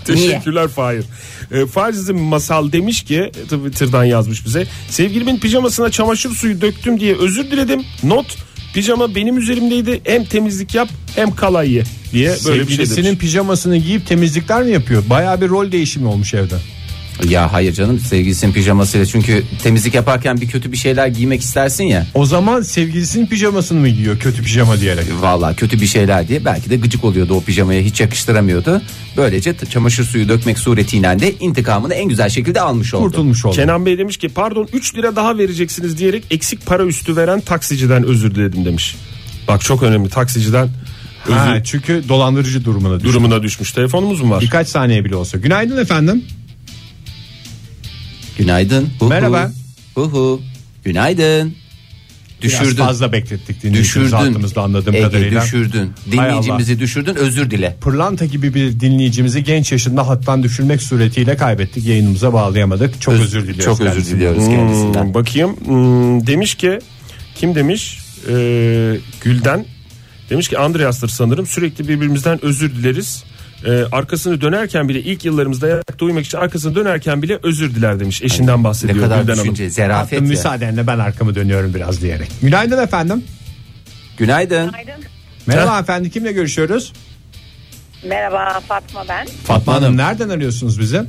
Niye?
Teşekkürler Fahir. E, Fariz'in masal demiş ki Twitter'dan yazmış bize. Sevgilimin pijamasına çamaşır suyu döktüm diye özür diledim. Not pijama benim üzerimdeydi. Hem temizlik yap hem kalay ye diye böyle bir şey demiş.
Sevgilisinin pijamasını giyip temizlikler mi yapıyor? Baya bir rol değişimi olmuş evde.
Ya hayır canım sevgilisinin pijamasıyla çünkü temizlik yaparken bir kötü bir şeyler giymek istersin ya.
O zaman sevgilisinin pijamasını mı giyiyor kötü pijama diyerek?
Valla kötü bir şeyler diye belki de gıcık oluyordu o pijamaya hiç yakıştıramıyordu. Böylece t- çamaşır suyu dökmek suretiyle de intikamını en güzel şekilde almış oldu.
Kurtulmuş oldu.
Kenan Bey demiş ki pardon 3 lira daha vereceksiniz diyerek eksik para üstü veren taksiciden özür diledim demiş. Bak çok önemli taksiciden özür
Ha, çünkü dolandırıcı durumuna düştü.
durumuna düşmüş. Telefonumuz mu var?
Birkaç saniye bile olsa. Günaydın efendim.
Günaydın. Hu hu.
Merhaba.
Hu hu. Günaydın.
Biraz
Düşürdün.
fazla beklettik dinleyicimizi
Düşürdün.
altımızda anladığım
Ege,
kadarıyla.
düşürdün.
Hay
Dinleyicimizi düşürdün özür dile.
Pırlanta gibi bir dinleyicimizi genç yaşında hattan düşürmek suretiyle kaybettik. Yayınımıza bağlayamadık. Çok
Öz-
özür diliyoruz.
Çok özür
kendisine.
diliyoruz kendisinden.
Hmm, bakayım Hmm, demiş ki kim demiş Ee, Gülden demiş ki Andreas'tır sanırım sürekli birbirimizden özür dileriz. Ee, arkasını dönerken bile ilk yıllarımızda yatakta uyumak için arkasını dönerken bile özür diler demiş. Eşinden
Ne
bahsediyor
kadar
Gülden Hanım.
düşünce, zarafet
Hattın
ya.
müsaadenle ben arkamı dönüyorum biraz diyerek. Günaydın efendim.
Günaydın.
Günaydın.
Merhaba efendim kimle görüşüyoruz?
Merhaba Fatma ben.
Fatma Hanım nereden arıyorsunuz bizi?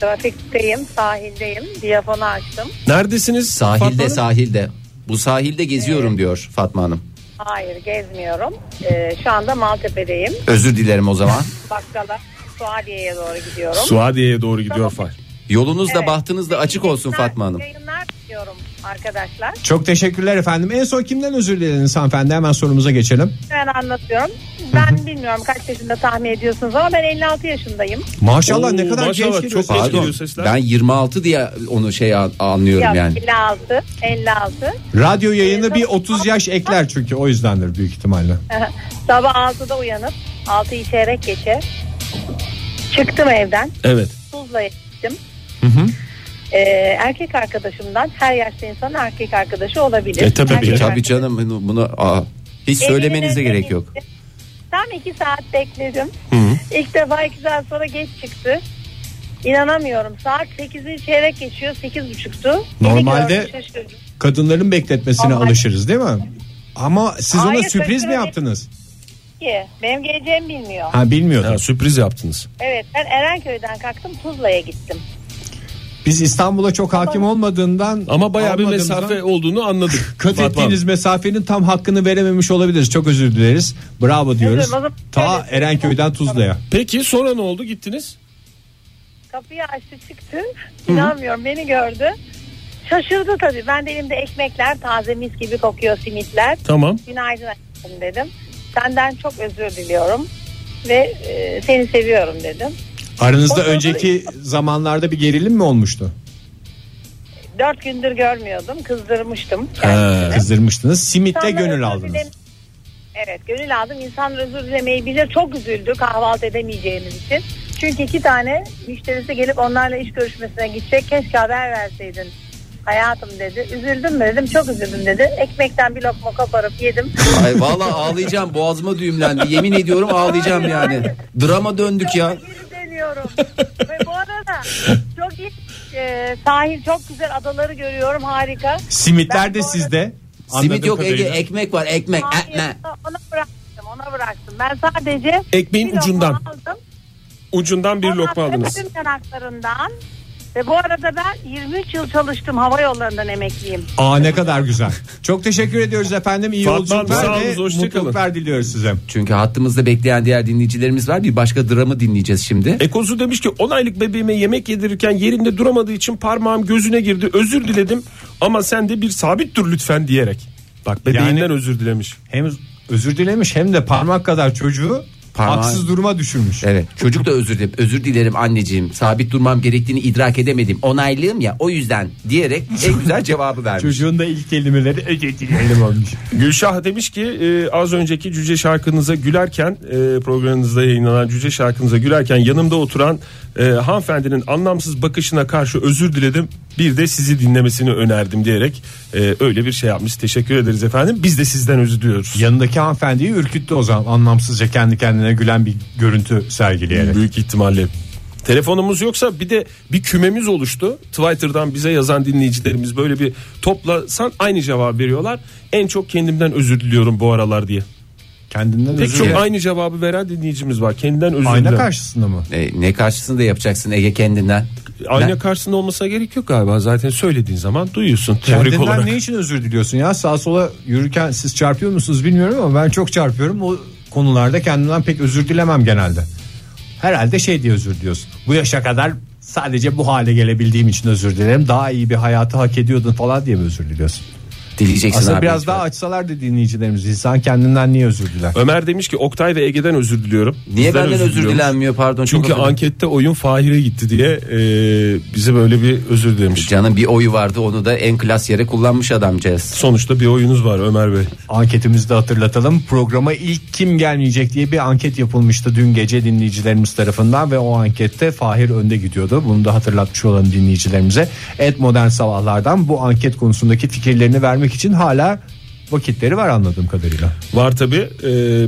Trafikteyim, sahildeyim. Diyafonu açtım.
Neredesiniz?
Sahilde
Fatma Hanım?
sahilde. Bu sahilde geziyorum diyor Fatma Hanım.
Hayır gezmiyorum. Ee, şu anda Maltepe'deyim.
Özür dilerim o zaman.
Bakkala Suadiye'ye doğru gidiyorum.
Suadiye'ye doğru gidiyor Fahir.
Yolunuz da
Evet.
bahtınız da açık olsun Fatma Hanım.
Yayınlar diliyorum arkadaşlar.
Çok teşekkürler efendim. En son kimden özür dilediniz hanımefendi? Hemen sorumuza geçelim.
Ben anlatıyorum. Ben bilmiyorum kaç yaşında tahmin ediyorsunuz ama ben 56 yaşındayım.
Maşallah
Oo,
ne kadar
maşallah,
genç geliyor.
çok- Geç
Pardon.
geliyor sesler.
Ben 26 diye onu şey an- anlıyorum
Yok,
yani.
56, 56.
Radyo yayını bir 30 yaş ekler çünkü o yüzdendir büyük ihtimalle.
(laughs) Sabah 6'da uyanıp 6'yı çeyrek geçe çıktım evden.
Evet.
Tuzla'ya gittim. Ee, erkek arkadaşımdan her yaşta insanın erkek arkadaşı olabilir.
E, tabii,
Erkek
Tabii
arkadaş-
canım bunu, bunu aa, hiç
Evin
söylemenize
önüne
gerek yok.
gittim. Tam iki saat bekledim. İlk defa iki saat sonra geç çıktı. İnanamıyorum. Saat 8'i çeyrek geçiyor. 8.30'tu.
Normalde-
şaşırdım.
Kadınların bekletmesine
Ama-
alışırız değil mi? Ama siz ona
Hayır,
sürpriz mi
şaşırmadım.
yaptınız?
Ki, benim geleceğimi bilmiyor.
Ha bilmiyordum.
Ha, sürpriz yaptınız.
Evet ben Erenköy'den kalktım Tuzla'ya gittim.
Biz İstanbul'a çok hakim olmadığından
Ama bayağı bir
almadığımızdan
mesafe olduğunu anladık.
(laughs) kat
Fatma Hanım.
ettiğiniz mesafenin tam hakkını verememiş olabiliriz. Çok özür dileriz. Bravo diyoruz.
Evet, o zaman-
Ta Erenköy'den Tuzla'ya.
Peki sonra ne oldu gittiniz?
Kapıyı açtı çıktı. İnanmıyorum beni gördü. Şaşırdı tabii. Ben de elimde ekmekler taze mis gibi kokuyor simitler.
Tamam.
Günaydın aşkım dedim. Senden çok özür diliyorum. Ve e, seni seviyorum dedim. O
Aranızda
sırada-
önceki zamanlarda bir gerilim mi olmuştu?
Dört gündür görmüyordum. Kızdırmıştım.
Kızdırmıştınız. Simitle
İnsanlar
gönül
özür
aldınız.
dilem- Evet gönül aldım. İnsanlar özür dilemeyi bilir. Çok üzüldü kahvaltı edemeyeceğimiz için. Çünkü iki tane müşterisi gelip onlarla iş görüşmesine gidecek. Keşke haber verseydin Hayatım dedi. Üzüldün mü dedim. Çok üzüldüm dedi. Ekmekten bir lokma koparıp yedim.
Ay vallahi ağlayacağım boğazıma düğümlendi. Yemin ediyorum ağlayacağım yani. Drama döndük ya.
Geri dönüyorum. Ve bu arada çok iyi e, sahil çok güzel adaları görüyorum harika.
Simitler
Ben
de
bu arada-
sizde.
Simit
Anladığım
yok Ege
kadarıyla.
ekmek var ekmek.
Hayır,
Ekme.
ona bıraktım ona bıraktım. Ben sadece
Ekmeğin
bir lokma
ucundan.
aldım.
Ucundan bir
Ondan
lokma
sonra
aldınız.
Tüm yanaklarından. Ve bu arada ben 23 yıl çalıştım hava yollarından emekliyim.
Aa ne kadar güzel. Çok teşekkür ediyoruz efendim. İyi
Fatma
yolculuklar
Hanım,
ve
sağ olun, hoşça kalın.
mutluluklar diliyoruz size.
Çünkü hattımızda bekleyen diğer dinleyicilerimiz var. Bir başka dramı dinleyeceğiz şimdi.
Ekozu demiş ki 10 aylık bebeğime yemek yedirirken yerimde duramadığı için parmağım gözüne girdi. Özür diledim ama sen de bir sabit dur lütfen diyerek. Bak bebeğinden
Yani-
özür dilemiş.
Hem özür dilemiş hem de parmak kadar çocuğu
Parmağı-
haksız duruma düşürmüş.
Evet çocuk da özür dilerim. Özür dilerim anneciğim. Sabit durmam gerektiğini idrak edemedim. Onaylıyım ya o yüzden diyerek en güzel cevabı vermiş.
Çocuğun da ilk kelimeleri özür dilerim olmuş.
Gülşah demiş ki e, az önceki cüce şarkınıza gülerken e, programınızda yayınlanan cüce şarkınıza gülerken yanımda oturan e, hanımefendinin anlamsız bakışına karşı özür diledim. Bir de sizi dinlemesini önerdim diyerek e, öyle bir şey yapmış. Teşekkür ederiz efendim. Biz de sizden özür diliyoruz.
Yanındaki hanımefendiyi ürküttü o zaman anlamsızca kendi kendine gülen bir görüntü sergileyerek.
Büyük ihtimalle. Telefonumuz yoksa bir de bir kümemiz oluştu. Twitter'dan bize yazan dinleyicilerimiz böyle bir toplasan aynı cevap veriyorlar. En çok kendimden özür diliyorum bu aralar diye.
Kendinden
Pek
özür
çok
dilerim.
aynı cevabı veren dinleyicimiz var. Kendinden özür
Ayna
dilerim.
karşısında mı?
E, ne karşısında yapacaksın Ege kendinden?
Ayna
Ben-
karşısında olmasına gerek yok galiba. Zaten söylediğin zaman duyuyorsun teorik
Kendinden
olarak.
ne için özür diliyorsun ya? Sağa sola yürürken siz çarpıyor musunuz bilmiyorum ama ben çok çarpıyorum. O konularda kendimden pek özür dilemem genelde. Herhalde şey diye özür diliyorsun. Bu yaşa kadar sadece bu hale gelebildiğim için özür dilerim. Daha iyi bir hayatı hak ediyordun falan diye mi özür diliyorsun?
Dileyeceksin
Aslında
abi.
biraz daha açsalardı dinleyicilerimiz insan kendinden niye özür diler?
Ömer demiş ki Oktay ve Ege'den özür diliyorum.
Niye
Bizden
benden özür
diliyoruz.
dilenmiyor pardon. çok
Çünkü
affedersin.
ankette oyun Fahir'e gitti diye e, bize böyle bir özür dilemiş.
Canın bir oyu vardı onu da en klas yere kullanmış adamcağız.
Sonuçta bir oyunuz var Ömer Bey.
Anketimizi de hatırlatalım. Programa ilk kim gelmeyecek diye bir anket yapılmıştı dün gece dinleyicilerimiz tarafından ve o ankette Fahir önde gidiyordu. Bunu da hatırlatmış olalım dinleyicilerimize. Et Modern Sabahlardan bu anket konusundaki fikirlerini vermek için hala vakitleri var anladığım kadarıyla.
Var tabi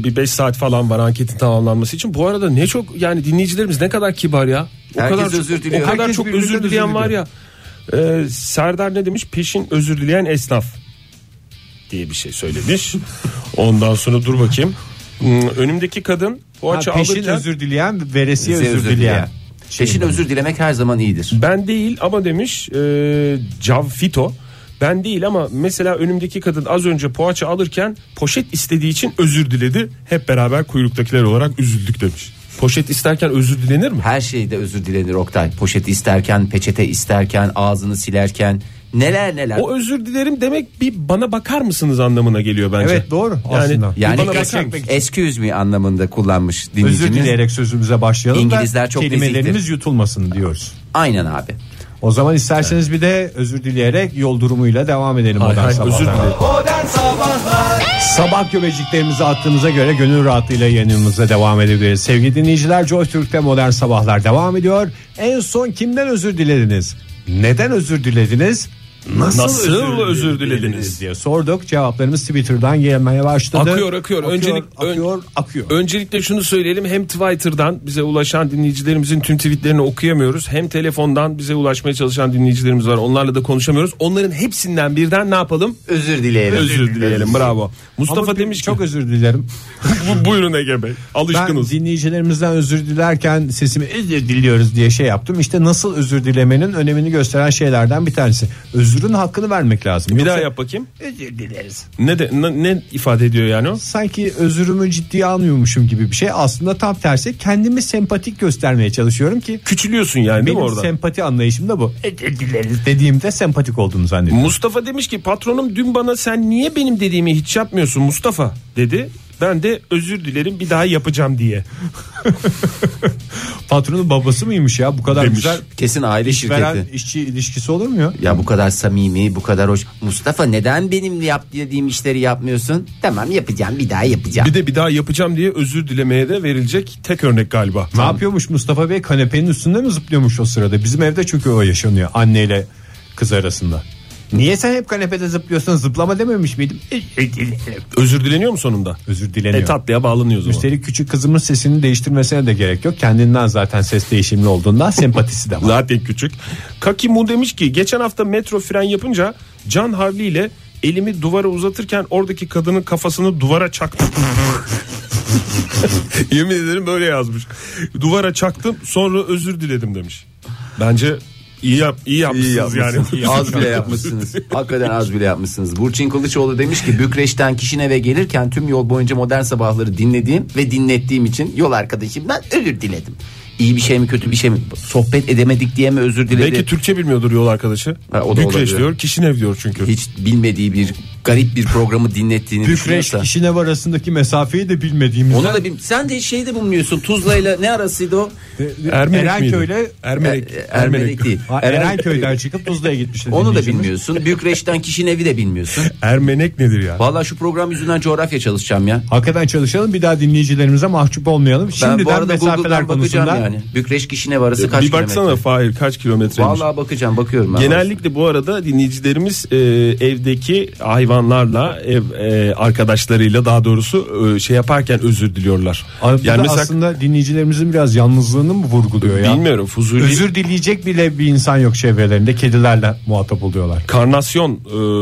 bir 5 saat falan var anketin tamamlanması için. Bu arada ne çok yani dinleyicilerimiz ne kadar kibar ya. O
Herkes
kadar çok-
özür diliyor.
O kadar
Herkes
çok
birbirinden
özür dileyen
özür
var ya. Ee, Serdar ne demiş? Peşin özür dileyen esnaf diye bir şey söylemiş. Ondan sonra dur bakayım. Hmm, Önümdeki kadın
Ha,
poğaça
peşin
alırken
özür dileyen, veresiye
Size
özür,
özür
dileyen.
dileyen. Peşin özür dilemek her zaman iyidir.
ben değil ama demiş e, Cavfito ben değil ama mesela önümdeki kadın az önce poğaça alırken poşet istediği için özür diledi. Hep beraber kuyruktakiler olarak üzüldük demiş. Poşet isterken özür dilenir mi?
Her şeyde özür dilenir Oktay. Poşet isterken, peçete isterken, ağzını silerken neler neler.
O özür dilerim demek bir bana bakar mısınız anlamına geliyor bence.
Evet, doğru
yani,
aslında.
bir
yani
bana bakar mısın?
excuse me anlamında kullanmış
Özür
dinleyicimiz.
dileyerek sözümüze başlayalım
İngilizler
da
çok
kelimelerimiz
nezihtir.
yutulmasın diyoruz.
Aynen abi.
O zaman isterseniz bir de özür dileyerek yol durumuyla devam edelim.
Hayır,
Modern
hayır,
Sabahlar'a.
özür dilerim.
Sabah göbeciklerimizi attığımıza göre gönül rahatlığıyla yanımıza devam edebiliriz. Sevgili dinleyiciler Joy Türk'te modern sabahlar devam ediyor. En son kimden özür dilediniz? Neden özür dilediniz? Nasıl,
Nasıl özür dilediniz?
diye sorduk. Cevaplarımız Twitter'dan gelmeye başladı.
Akıyor, akıyor. Öncelik- ön-
akıyor, akıyor.
Öncelikle şunu söyleyelim hem Twitter'dan bize ulaşan dinleyicilerimizin tüm tweetlerini okuyamıyoruz. Hem telefondan bize ulaşmaya çalışan dinleyicilerimiz var onlarla da konuşamıyoruz. Onların hepsinden birden ne yapalım?
Özür dileyelim.
Özür dileyelim bravo.
Ama
Mustafa
bir-
demiş ki
çok özür dilerim.
"Bu- buyurun Ege Bey
Ben
alışkınız.
dinleyicilerimizden özür dilerken sesimi özür diliyoruz diye şey yaptım. İşte nasıl özür dilemenin önemini gösteren şeylerden bir tanesi. Özrün hakkını vermek lazım.
Bir daha
Yoksa
yap bakayım. Özür dileriz. Ne, de, ne, ne ifade ediyor yani o?
Sanki özürümü ciddiye almıyormuşum gibi bir şey. Aslında tam tersi kendimi sempatik göstermeye çalışıyorum ki
Küçülüyorsun yani değil mi
benim
orada?
sempati anlayışım da bu. Özür dileriz dediğimde sempatik olduğumu zannediyorum.
Mustafa demiş ki patronum dün bana sen niye benim dediğimi hiç yapmıyorsun Mustafa dedi. Ben de özür dilerim bir daha yapacağım diye.
Patronun babası mıymış ya bu kadar
Demiş.
güzel
Kesin aile şirketi.
veren işçi ilişkisi olur mu ya?
Ya bu kadar samimi, bu kadar hoş. Mustafa neden benim yap dediğim işleri yapmıyorsun? Tamam yapacağım, bir daha yapacağım.
Bir de bir daha yapacağım diye özür dilemeye de verilecek tek örnek galiba.
Ne yapıyormuş Mustafa Bey kanepenin üstünde mi zıplıyormuş o sırada? Bizim evde çünkü o yaşanıyor anneyle kız arasında. Niye sen hep kanepede zıplıyorsun? Zıplama dememiş miydim? E,
Özür dileniyor mu sonunda?
Özür dileniyorum.
E tatlıya bağlanıyoruz o zaman.
Üstelik küçük kızımın sesini değiştirmesine de gerek yok. Kendinden zaten ses değişimli olduğundan sempatisi de var.
Zaten küçük. Kaki Mu demiş ki geçen hafta metro fren yapınca Can Havli ile elimi duvara uzatırken oradaki kadının kafasını duvara çaktım. (laughs) Yemin ederim böyle yazmış. Duvara çaktım sonra özür diledim demiş. Bence iyi yap iyi yapmışsınız,
İyi
yani.
yapmışsınız.
İyi yapmışsınız.
az bile yapmışsınız. Hakikaten az bile yapmışsınız. Burçin Kılıçoğlu demiş ki Bükreş'ten kişine ve gelirken tüm yol boyunca modern sabahları dinlediğim ve dinlettiğim için yol arkadaşımdan özür diledim. İyi bir şey mi kötü bir şey mi? Sohbet edemedik diye mi özür diledi?
Belki Türkçe bilmiyordur yol arkadaşı.
Ha, o da
Bükreş
olabilir.
diyor, kişinev diyor çünkü.
Hiç bilmediği bir garip bir programı dinlettiğini
Bükreş
(laughs) düşünüyorsa.
işine var arasındaki mesafeyi de bilmediğimiz.
Onu da bil- sen de şey de bulmuyorsun. Tuzla'yla ne arasıydı o?
Ermenek
Erenköy'le
miydi? Ermenek.
E- e- Ermenek değil.
Ha, Erenköy'den çıkıp Tuzla'ya gitmişti.
Onu da
dinleyicimiz.
bilmiyorsun. Bükreş'ten kişinin evi de bilmiyorsun.
Ermenek nedir ya?
Vallahi şu program yüzünden coğrafya çalışacağım ya.
Hakikaten çalışalım bir daha dinleyicilerimize mahcup olmayalım.
Ben
Şimdiden
bu arada
mesafeler
Google'dan bakacağım
konusunda
yani. Bükreş kişine varası kaç
bir baksana
kilometre?
Fahir kaç kilometreymiş?
Vallahi bakacağım bakıyorum. ben.
Genellikle bu arada dinleyicilerimiz e, evdeki hayvanlarla ev e, arkadaşlarıyla daha doğrusu e, şey yaparken özür diliyorlar.
Arada
yani
da
mesela
aslında dinleyicilerimizin biraz yalnızlığını mı vurguluyor ya?
bilmiyorum Fuzuli
Özür dileyecek bile bir insan yok çevrelerinde. Kedilerle muhatap oluyorlar.
Karnasyon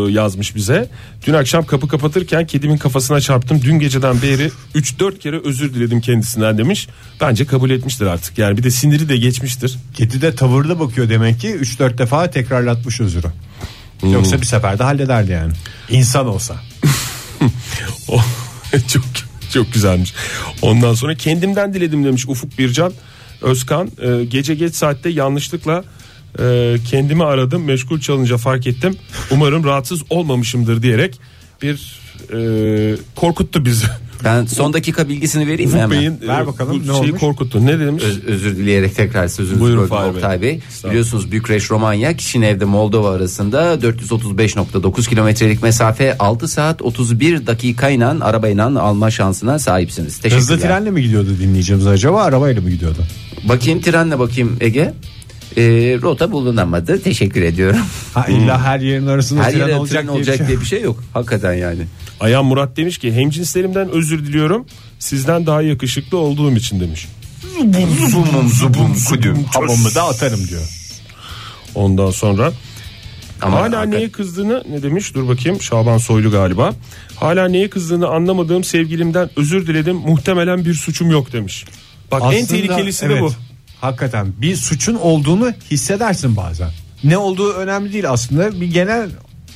e, yazmış bize. Dün akşam kapı kapatırken kedimin kafasına çarptım. Dün geceden beri 3-4 kere özür diledim kendisinden demiş. Bence kabul etmiştir artık. Yani bir de siniri de geçmiştir.
Kedi de tavırlı bakıyor demek ki 3-4 defa tekrarlatmış özürü. Yoksa bir seferde hallederdi yani. İnsan olsa.
O (laughs) çok çok güzelmiş. Ondan sonra kendimden diledim demiş Ufuk Bircan Özkan. Ee, gece geç saatte yanlışlıkla e, kendimi aradım. Meşgul çalınca fark ettim. Umarım rahatsız olmamışımdır diyerek bir e,
(laughs)
korkuttu bizi.
Ben son dakika bilgisini vereyim mi
Ufuk
hemen?
Bey'in
Ver
e,
bakalım
bu
ne
şeyi
olmuş?
korkuttu. Ne demiş?
Öz- özür dileyerek tekrar sözünüzü
Buyurun
böldüm
Fahir Bey.
Oktay Bey.
Estağfurullah.
Biliyorsunuz Bükreş Romanya Kişinev'de Moldova arasında 435.9 kilometrelik mesafe 6 saat 31 dakikayla arabayla alma şansına sahipsiniz.
Hızlı
Teşekkürler.
trenle mi gidiyordu dinleyicimiz acaba arabayla mı gidiyordu?
Bakayım trenle bakayım Ege. Ee, rota bulunamadı. Teşekkür ediyorum.
Ha illa her yerin arasında
Her
tren,
yere
olacak
tren olacak diye bir şey yok. Hakikaten yani.
Ayhan Murat demiş ki hemcinslerimden özür diliyorum. Sizden daha yakışıklı olduğum için demiş.
Hamamı da atarım diyor.
Ondan sonra
Ama
Hala
hakikaten-
neye kızdığını ne demiş dur bakayım Şaban Soylu galiba. Hala neye kızdığını anlamadığım sevgilimden özür diledim muhtemelen bir suçum yok demiş. Bak en
Aslında,
tehlikelisi de
evet,
bu.
Hakikaten bir suçun olduğunu hissedersin bazen. Ne olduğu önemli değil aslında. Bir genel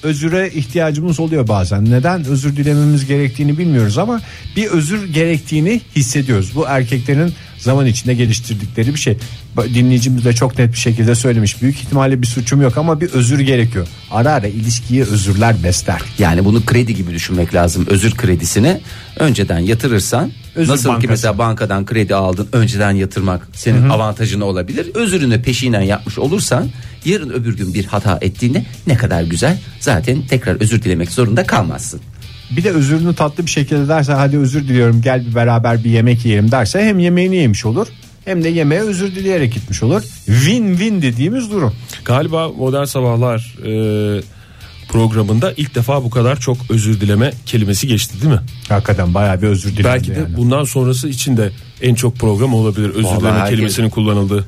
özüre ihtiyacımız oluyor bazen. Neden özür dilememiz gerektiğini bilmiyoruz ama bir özür gerektiğini hissediyoruz. Bu erkeklerin zaman içinde geliştirdikleri bir şey. Ba- Dinleyicimiz de çok net bir şekilde söylemiş. Büyük ihtimalle bir suçum yok ama bir özür gerekiyor. Ara ara ilişkiye özürler besler.
Yani bunu kredi gibi düşünmek lazım. Özür kredisini önceden yatırırsan
Özür
nasıl ki
bankası.
mesela bankadan kredi aldın önceden yatırmak senin avantajın olabilir. Özürünü peşinen yapmış olursan yarın öbür gün bir hata ettiğinde ne kadar güzel zaten tekrar özür dilemek zorunda kalmazsın.
Bir de özürünü tatlı bir şekilde derse hadi özür diliyorum gel bir beraber bir yemek yiyelim derse hem yemeğini yemiş olur hem de yemeğe özür dileyerek gitmiş olur. Win win dediğimiz durum.
Galiba Modern Sabahlar e, programında ilk defa bu kadar çok özür dileme kelimesi geçti değil mi?
Hakikaten bayağı bir özür dilendi
Belki de
yani.
bundan sonrası için de en çok program olabilir özür
Vallahi
dileme
herkes-
kelimesinin kullanıldığı.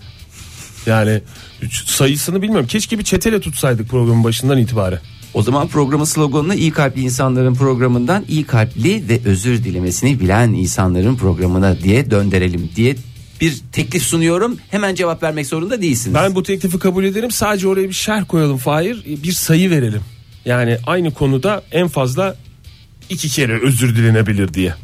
Yani üç- sayısını bilmiyorum. Keşke bir çetele tutsaydık programın başından itibaren.
O zaman programın sloganını iyi kalpli insanların programından iyi kalpli ve özür dilemesini bilen insanların programına diye döndürelim diye bir teklif sunuyorum. Hemen cevap vermek zorunda değilsiniz.
Ben bu teklifi kabul ederim. Sadece oraya bir şerh koyalım Fahir. Bir sayı verelim. Yani aynı konuda en fazla iki kere özür dilenebilir diye.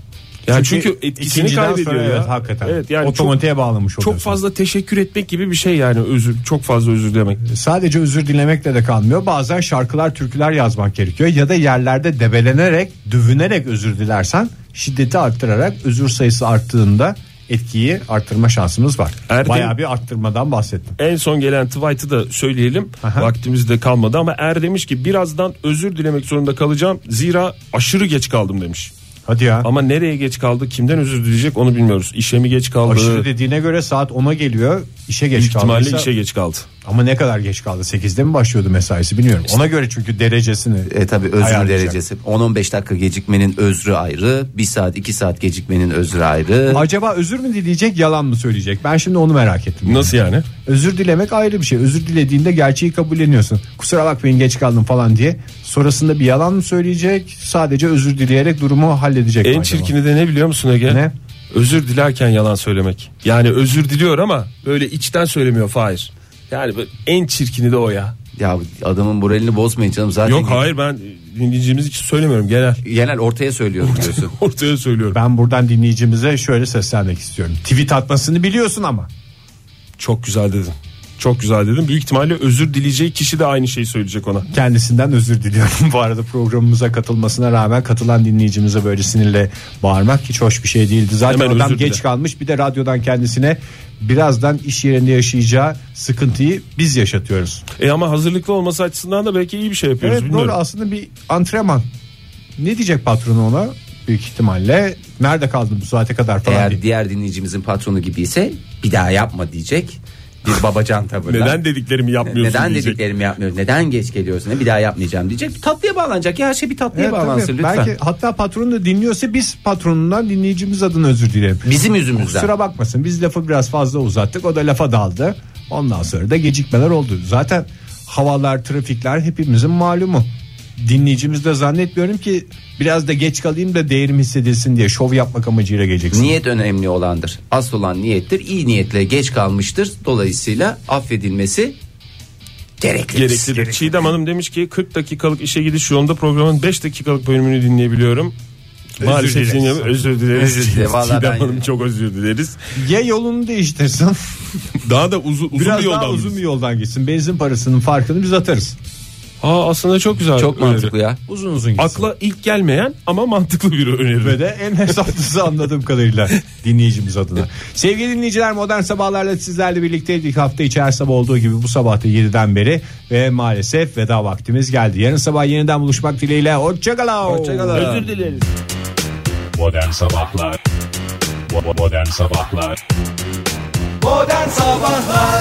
Yani çünkü, etkisini
ikinciden
kaybediyor
sonra
ya.
evet, hakikaten.
Evet yani
Otomatiğe
çok,
bağlamış
çok
oluyorsun.
fazla teşekkür etmek gibi bir şey yani özür çok fazla özür dilemek.
Sadece özür dilemekle de kalmıyor. Bazen şarkılar, türküler yazmak gerekiyor ya da yerlerde debelenerek, dövünerek özür dilersen şiddeti arttırarak özür sayısı arttığında etkiyi arttırma şansımız var.
Erdem-
Bayağı bir arttırmadan bahsettim.
En son gelen tweet'i da söyleyelim.
Aha.
Vaktimiz de kalmadı ama Er demiş ki birazdan özür dilemek zorunda kalacağım. Zira aşırı geç kaldım demiş.
Hadi ya.
Ama nereye geç kaldı, kimden özür dileyecek onu bilmiyoruz. İşe mi geç kaldı?
Aşırı dediğine göre saat 10'a geliyor. işe geç
Büyük ihtimalle
kaldıysa
işe geç kaldı.
ama ne kadar geç kaldı 8'de mi başlıyordu mesaisi bilmiyorum. Ona göre çünkü derecesini
E tabi özür
ayarlayacak.
derecesi. 10-15 dakika gecikmenin özrü ayrı. 1 saat 2 saat gecikmenin özrü ayrı.
Acaba özür mü dileyecek yalan mı söyleyecek? Ben şimdi onu merak ettim.
Nasıl yani?
Özür dilemek ayrı bir şey. Özür dilediğinde gerçeği kabulleniyorsun. Kusura bakmayın geç kaldım falan diye. Sonrasında bir yalan mı söyleyecek? Sadece özür dileyerek durumu halledecek. mi
En
acaba?
çirkini de ne biliyor musun Ege?
Ne?
Özür dilerken yalan söylemek. Yani özür diliyor ama böyle içten söylemiyor Fahir. Yani böyle en çirkini de o ya.
Ya adamın moralini bozmayın canım zaten.
Yok hayır ben dinleyicimiz için söylemiyorum genel. (laughs)
Genel ortaya söylüyorum diyorsun.
Ortaya söylüyorum.
Ben buradan dinleyicimize şöyle seslenmek istiyorum. Tweet atmasını biliyorsun ama.
Çok güzel dedin. Çok güzel dedim. Büyük ihtimalle özür dileyeceği kişi de aynı şeyi söyleyecek ona.
Kendisinden özür diliyorum. (laughs) Bu arada programımıza katılmasına rağmen katılan dinleyicimize böyle sinirle bağırmak hiç hoş bir şey değildi. Zaten
Hemen
adam
özür dile.
geç kalmış bir de radyodan kendisine birazdan iş yerinde yaşayacağı sıkıntıyı biz yaşatıyoruz.
E ama hazırlıklı olması açısından da belki iyi bir şey yapıyoruz.
Evet
bilmiyorum.
doğru aslında bir antrenman. Ne diyecek patronu ona? Büyük ihtimalle nerede kaldın bu saate kadar falan
Eğer
diye.
diğer dinleyicimizin patronu gibiyse bir daha yapma diyecek. Bir babacan tavırla.
Neden dediklerimi yapmıyorsun
Neden
diyecek.
dediklerimi yapmıyor? Neden geç geliyorsun? Ne Bir daha yapmayacağım diyecek. Tatlıya bağlanacak. Ya her şey bir tatlıya
Evet, tabii.
bağlansın lütfen.
Belki hatta patron da dinliyorsa biz patronundan dinleyicimiz adına özür dilerim.
Bizim yüzümüzden.
Kusura bakmasın biz lafı biraz fazla uzattık o da lafa daldı. Ondan sonra da gecikmeler oldu. Zaten havalar trafikler hepimizin malumu. Dinleyicimiz de zannetmiyorum ki biraz da geç kalayım da değerim hissedilsin diye şov yapmak amacıyla geleceksin.
Niyet önemli olandır. Asıl olan niyettir. İyi niyetle geç kalmıştır. Dolayısıyla affedilmesi gerekli.
Gereklidir. Çiğdem Hanım demiş ki 40 dakikalık işe gidiş yolunda programın 5 dakikalık bölümünü dinleyebiliyorum. Maalesef
dileriz.
dinleyemiyorum. Özür dileriz.
Özür dilerim. Vallahi
Çiğdem
ben-
Hanım çok özür dileriz.
Ya yolunu değiştirsin
Daha da uzun, uzun
biraz
bir
daha
yoldan.
uzun
biz.
bir yoldan gitsin. Benzin parasının farkını biz atarız.
Aa, aslında çok güzel.
Çok
öneri.
mantıklı ya.
Uzun uzun gitsin.
Akla ilk gelmeyen ama mantıklı bir öneri.
ve de en hesaplısı anladığım kadarıyla dinleyicimiz adına. Sevgili dinleyiciler modern sabahlarla sizlerle birlikteydik. Hafta içi her sabah olduğu gibi bu sabah da 7'den beri ve maalesef veda vaktimiz geldi. Yarın sabah yeniden buluşmak dileğiyle. Hoşçakalın.
Özür dilerim.
Modern Sabahlar Bo- bo- Modern Sabahlar
Modern sabahlar.